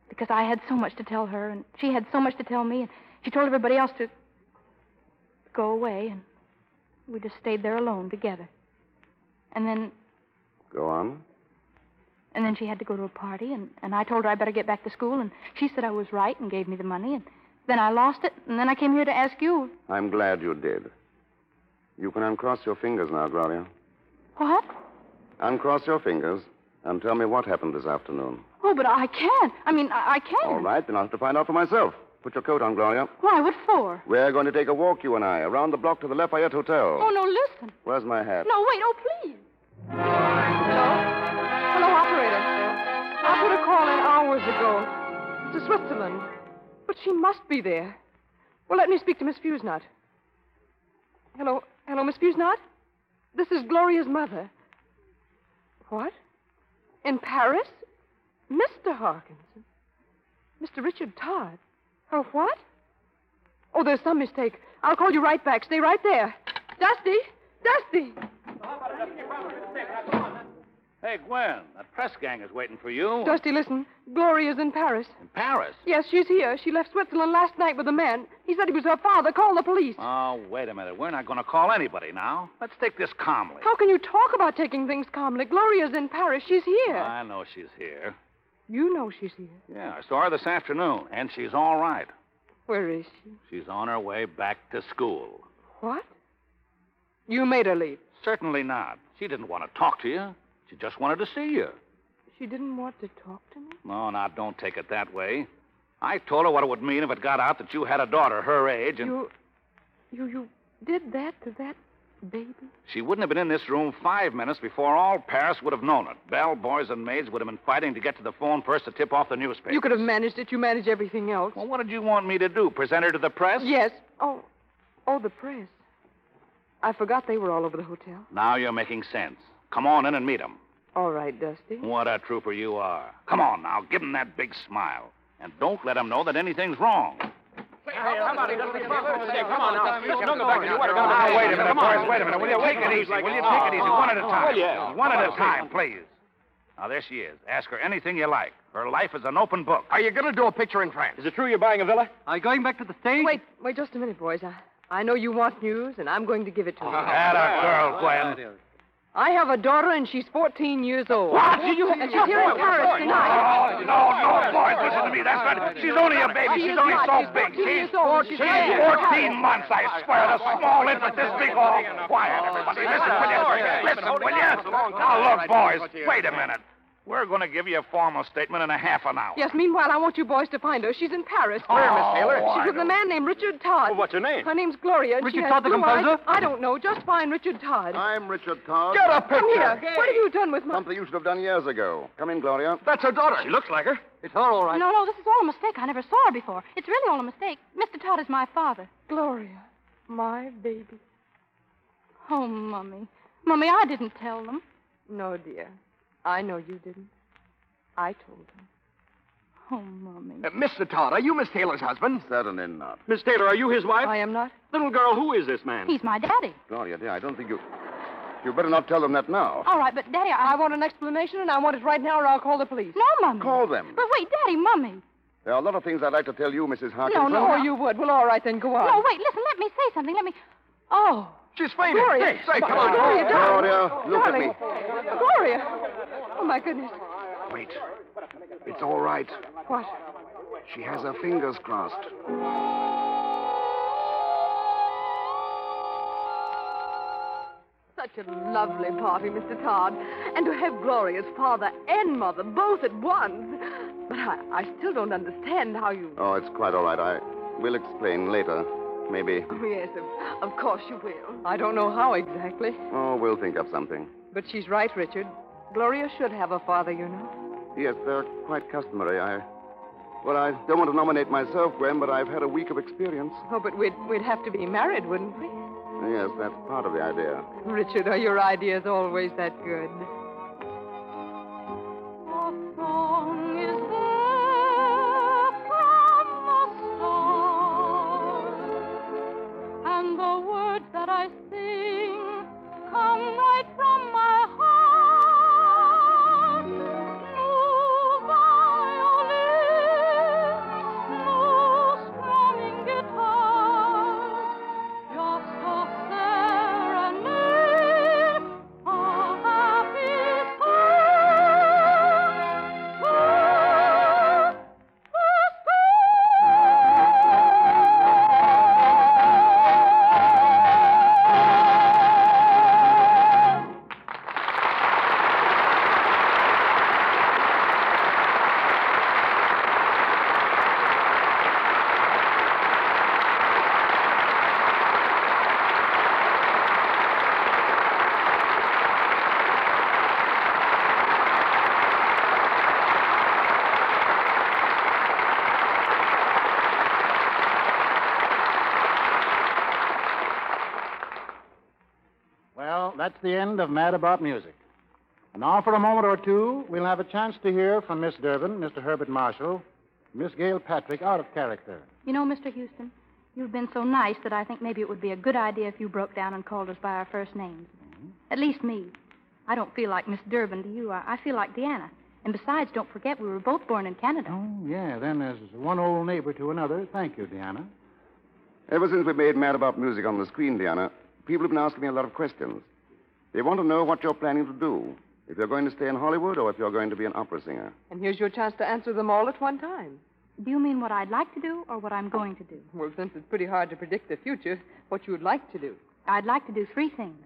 S8: Because I had so much to tell her, and she had so much to tell me, and she told everybody else to go away, and we just stayed there alone together. And then
S16: Go on.
S8: and then she had to go to a party, and, and I told her I better get back to school, and she said I was right and gave me the money, and then I lost it, and then I came here to ask you.
S16: I'm glad you did. You can uncross your fingers now, Gloria.
S8: What?
S16: Uncross your fingers and tell me what happened this afternoon.
S8: Oh, but I can't. I mean, I, I
S5: Oh.
S8: can't.
S16: All right, then I'll have to find out for myself. Put your coat on, Gloria.
S8: Why, what for?
S16: We're going to take a walk, you and I, around the block to the Lafayette Hotel.
S8: Oh, no, listen.
S16: Where's my hat?
S8: No, wait, oh, please.
S5: Hello, operator. I put a call in hours ago to Switzerland, but she must be there. Well, let me speak to Miss Fusnot. Hello, hello, Miss Fusnot. This is Gloria's mother. What? In Paris? Mr. Harkinson. Mr. Richard Todd. Her what? Oh, there's some mistake. I'll call you right back. Stay right there. Dusty! Dusty!
S6: Hey, Gwen, that press gang is waiting for you.
S5: Dusty, listen. Gloria's Oh. in Paris.
S6: In Paris.
S5: Yes, she's here. She left Switzerland last night with a man. He said he was her father. Call the police.
S6: Oh, wait a minute. We're not going to call anybody now. Let's take this calmly.
S5: How can you talk about taking things calmly? Gloria's in Paris. She's here.
S6: I know she's here.
S5: You know she's here.
S6: Yeah, I saw her this afternoon, and she's all right.
S5: Where is she?
S6: She's on her way back to school.
S5: What? You made her leave.
S6: Certainly not. She didn't want to talk to you. She just wanted to see you.
S5: She didn't want to talk to me?
S6: No, now don't take it that way. I told her what it would mean if it got out that you had a daughter her age, and
S5: You. You. You did that to that baby?
S6: She wouldn't have been in this room five minutes before all Paris would have known it. Bell, boys, and maids would have been fighting to get to the phone first to tip off the newspaper.
S5: You could have managed it. You manage everything else.
S6: Well, what did you want me to do? Present her to the press?
S5: Yes. Oh, oh, the press. I forgot they were all over the hotel.
S6: Now you're making sense. Come on in and meet 'em.
S5: All right, Dusty.
S6: What a trooper you are. Come on now, give 'em that big smile. And don't let 'em know that anything's wrong.
S18: come on now. Don't go back to your water.
S6: Now, wait a minute, boys, wait a minute. Will you take it easy? Will you take it easy? One at a time.
S18: Oh, yeah.
S6: One at a time, please. Now, there she is. Ask her anything you like. Her life is an open book. Are you going to do a picture in France? Is it true you're buying a villa? Are you going back to the stage?
S5: Wait, wait just a minute, boys. I, I know you want news, and I'm going to give it to you.
S6: Oh, That a girl, Gwen.
S5: I have a daughter, and she's 14 years old.
S6: What?
S5: And
S6: You-
S5: she's here in Paris tonight.
S6: No, no, boys, listen to me. That's not. She's only a baby.
S5: She
S6: She's
S5: is
S6: only
S5: not.
S6: so
S5: She's 14
S6: big. She's
S5: years old.
S6: she's
S5: She's here.
S6: 14 months, I swear. The small infant this big hall. Quiet, everybody. Listen, will you? Listen, will you? Now, look, boys, wait a minute. We're going to give you a formal statement in a half an hour.
S5: Yes, meanwhile, I want you boys to find her. She's in Paris.
S6: Where, Miss Taylor? Oh, I
S5: She's with a man named Richard Todd. Well, what's
S6: her name?
S5: Her name's Gloria. and she
S18: Richard
S5: has
S18: Todd, the
S5: blue
S18: composer?
S5: Eyes. I don't know. Just find Richard Todd.
S16: I'm Richard Todd.
S5: Get a Come here. picture. What have you done with my...
S16: Something you should have done years ago. Come in, Gloria.
S6: That's her daughter. She looks like her.
S16: It's her, all
S8: No, no, this is all a mistake. I never saw her before. It's really all a mistake. Mr. Todd is my father.
S5: Gloria, my baby.
S8: Oh, Mummy. Mummy, I didn't tell them.
S5: No, dear. I know you didn't. I told him.
S8: Oh, Mummy.
S1: Uh,
S18: Mr. Todd, are you Miss Taylor's husband?
S16: Certainly not.
S18: Miss Taylor, are you his wife?
S5: I am not.
S18: Little girl, who is this man?
S8: He's my daddy.
S16: Gloria, dear, Oh, I don't think you. You better not tell them that now.
S8: All right, but Daddy,
S5: I want an explanation, and I want it right now, or I'll call the police.
S8: No, Mummy.
S16: Call them.
S8: But wait, Daddy, Mummy.
S16: There are a lot of things I'd like to tell you, Mrs. Harkins.
S5: No, no, Oh, you would. Well, all right, then, go on.
S8: No, wait, listen, let me say something. Let me. Oh.
S16: She's
S5: fainted. Gloria. Hey, say, come on. Gloria, darling.
S16: Gloria, look at
S5: Darling.
S16: me.
S5: Gloria. Oh, my goodness.
S16: Wait. It's all right.
S5: What?
S16: She has her fingers crossed.
S5: Such a lovely party, Mr. Todd. And to have Gloria's father and mother both at once. But I, I still don't understand how you.
S16: Oh, it's quite all right. I will explain later. Maybe.
S5: Oh, yes, of, of course you will. I don't know how exactly.
S16: Oh, we'll think of something.
S5: But she's right, Richard. Gloria should have a father, you know.
S16: Yes, they're quite customary. I. Well, I don't want to nominate myself, Gwen, but I've had a week of experience.
S5: Oh, but we'd, we'd have to be married, wouldn't we?
S16: Yes, that's part of the idea.
S5: Richard, are your ideas always that good?
S13: And the words that I sing come right from my heart. New violin, new strumming guitar, just a serenade, a happy song.
S3: Well, that's the end of Mad About Music. And now, for a moment or two, we'll have a chance to hear from Miss Durbin, Mr. Herbert Marshall, Miss Gail Patrick, out of character.
S8: You know, Mr. Houston, you've been so nice that I think maybe it would be a good idea if you broke down and called us by our first names. At least me. I don't feel like Miss Durbin to you. I, I feel like Deanna. And besides, don't forget we were both born in Canada.
S5: Oh.
S3: Yeah, then there's one old neighbor to another. Thank you, Deanna.
S16: Ever since we made Mad About Music on the screen, Diana, people have been asking me a lot of questions. They want to know what you're planning to do. If you're going to stay in Hollywood or if you're going to be an opera singer.
S5: And here's your chance to answer them all at one time.
S8: Do you mean what I'd like to do or what I'm going to do?
S5: Well, since it's pretty hard to predict the future, what you'd like to do.
S8: I'd like to do three things.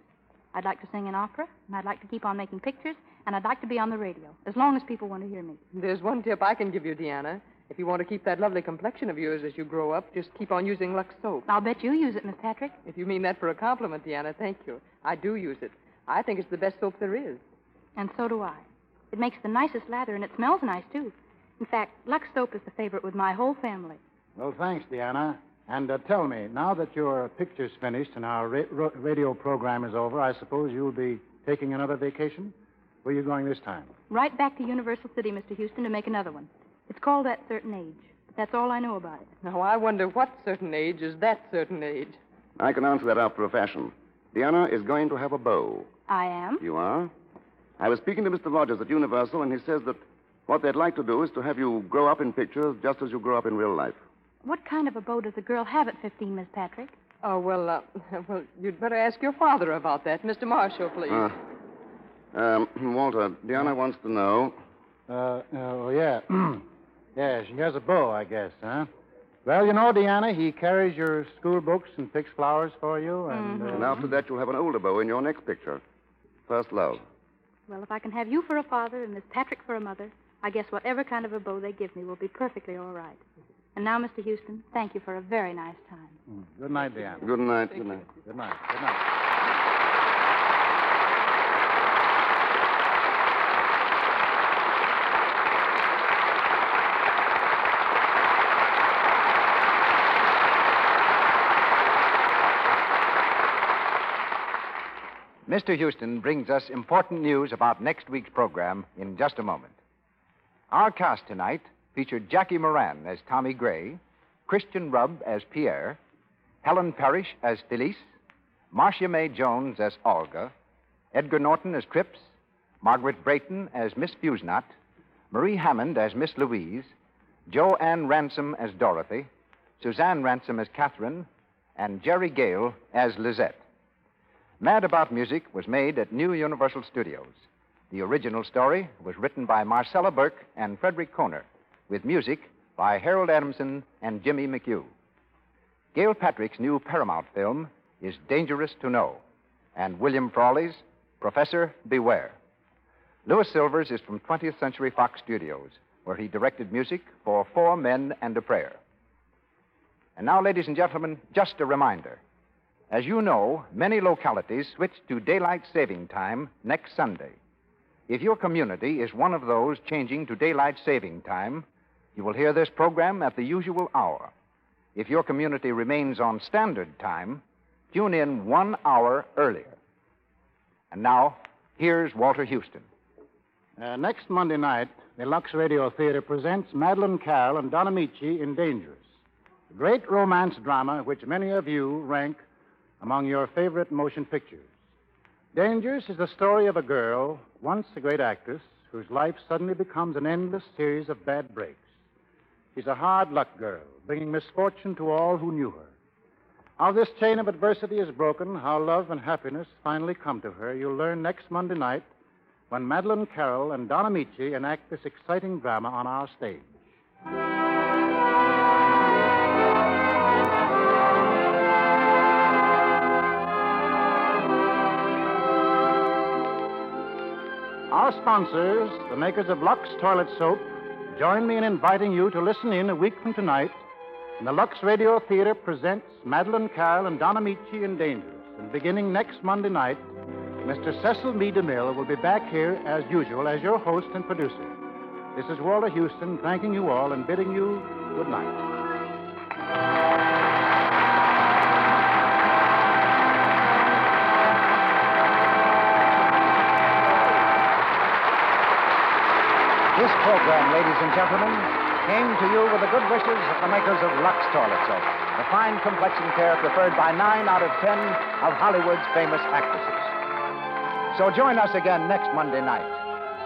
S8: I'd like to sing in opera, and I'd like to keep on making pictures, and I'd like to be on the radio, as long as people want to hear me.
S5: There's one tip I can give you, Deanna.
S19: If you want to keep that lovely complexion of yours as you grow up, just keep on using Lux soap.
S8: I'll bet you use it, Miss Patrick.
S19: If you mean that for a compliment, Deanna, thank you. I do use it. I think it's the best soap there is.
S8: And so do I. It makes the nicest lather, and it smells nice, too. In fact, Lux soap is the favorite with my whole family.
S3: Well, thanks, Deanna. And uh, tell me, now that your picture's finished and our ra- ro- radio program is over, I suppose you'll be taking another vacation? Where are you going this time?
S8: Right back to Universal City, Mr. Houston, to make another one. It's called That Certain Age. That's all I know about it.
S19: Now, I wonder what certain age is that certain age.
S16: I can answer that after a fashion. Deanna is going to have a beau.
S8: I am?
S16: You are? I was speaking to Mr. Rogers at Universal, and he says that what they'd like to do is to have you grow up in pictures just as you grow up in real life.
S8: What kind of a bow does a girl have at 15, Miss Patrick?
S19: Oh, well, uh, well, you'd better ask your father about that. Mr. Marshall, please.
S16: Uh, um, Walter, Deanna wants to know.
S3: Uh, oh, yeah. yeah, she has a beau, I guess, huh? Well, you know, Deanna, he carries your school books and picks flowers for you, and. uh,
S16: And after that, you'll have an older beau in your next picture. First love.
S8: Well, if I can have you for a father and Miss Patrick for a mother, I guess whatever kind of a beau they give me will be perfectly all right. And now, Mr. Houston, thank you for a very nice time.
S3: Mm-hmm. Good night, Deanna.
S16: Good night. Good night.
S3: Good night. Good night.
S2: Mr. Houston brings us important news about next week's program in just a moment. Our cast tonight featured Jackie Moran as Tommy Gray, Christian Rubb as Pierre, Helen Parrish as Felice, Marcia May Jones as Olga, Edgar Norton as Cripps, Margaret Brayton as Miss Fusnot, Marie Hammond as Miss Louise, Jo Ann Ransom as Dorothy, Suzanne Ransom as Catherine, and Jerry Gale as Lizette. Mad About Music was made at New Universal Studios. The original story was written by Marcella Burke and Frederick Kohner, with music by Harold Adamson and Jimmy McHugh. Gail Patrick's new Paramount film is Dangerous to Know, and William Frawley's Professor Beware. Louis Silvers is from 20th Century Fox Studios, where he directed music for Four Men and a Prayer. And now, ladies and gentlemen, just a reminder. As you know, many localities switch to daylight saving time next Sunday. If your community is one of those changing to daylight saving time, you will hear this program at the usual hour. If your community remains on standard time, tune in one hour earlier. And now, here's Walter Houston.
S3: Uh, next Monday night, the Lux Radio Theater presents Madeline Carroll and Don Amici in Dangerous, a great romance drama which many of you rank among your favorite motion pictures. Dangerous is the story of a girl, once a great actress, whose life suddenly becomes an endless series of bad breaks. She's a hard luck girl, bringing misfortune to all who knew her. How this chain of adversity is broken, how love and happiness finally come to her, you'll learn next Monday night when Madeline Carroll and Don Amici enact this exciting drama on our stage. Our sponsors, the makers of Lux Toilet Soap, join me in inviting you to listen in a week from tonight when the Lux Radio Theater presents Madeline Carroll and Donna Michi in Dangerous. And beginning next Monday night, Mr. Cecil B. DeMille will be back here as usual as your host and producer. This is Walter Houston thanking you all and bidding you good night.
S2: This program, ladies and gentlemen, came to you with the good wishes of the makers of Lux Toilet Soap, the fine complexion care preferred by nine out of ten of Hollywood's famous actresses. So join us again next Monday night.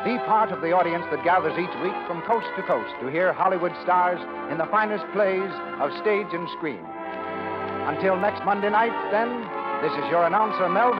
S2: Be part of the audience that gathers each week from coast to coast to hear Hollywood stars in the finest plays of stage and screen. Until next Monday night, then, this is your announcer, Mel.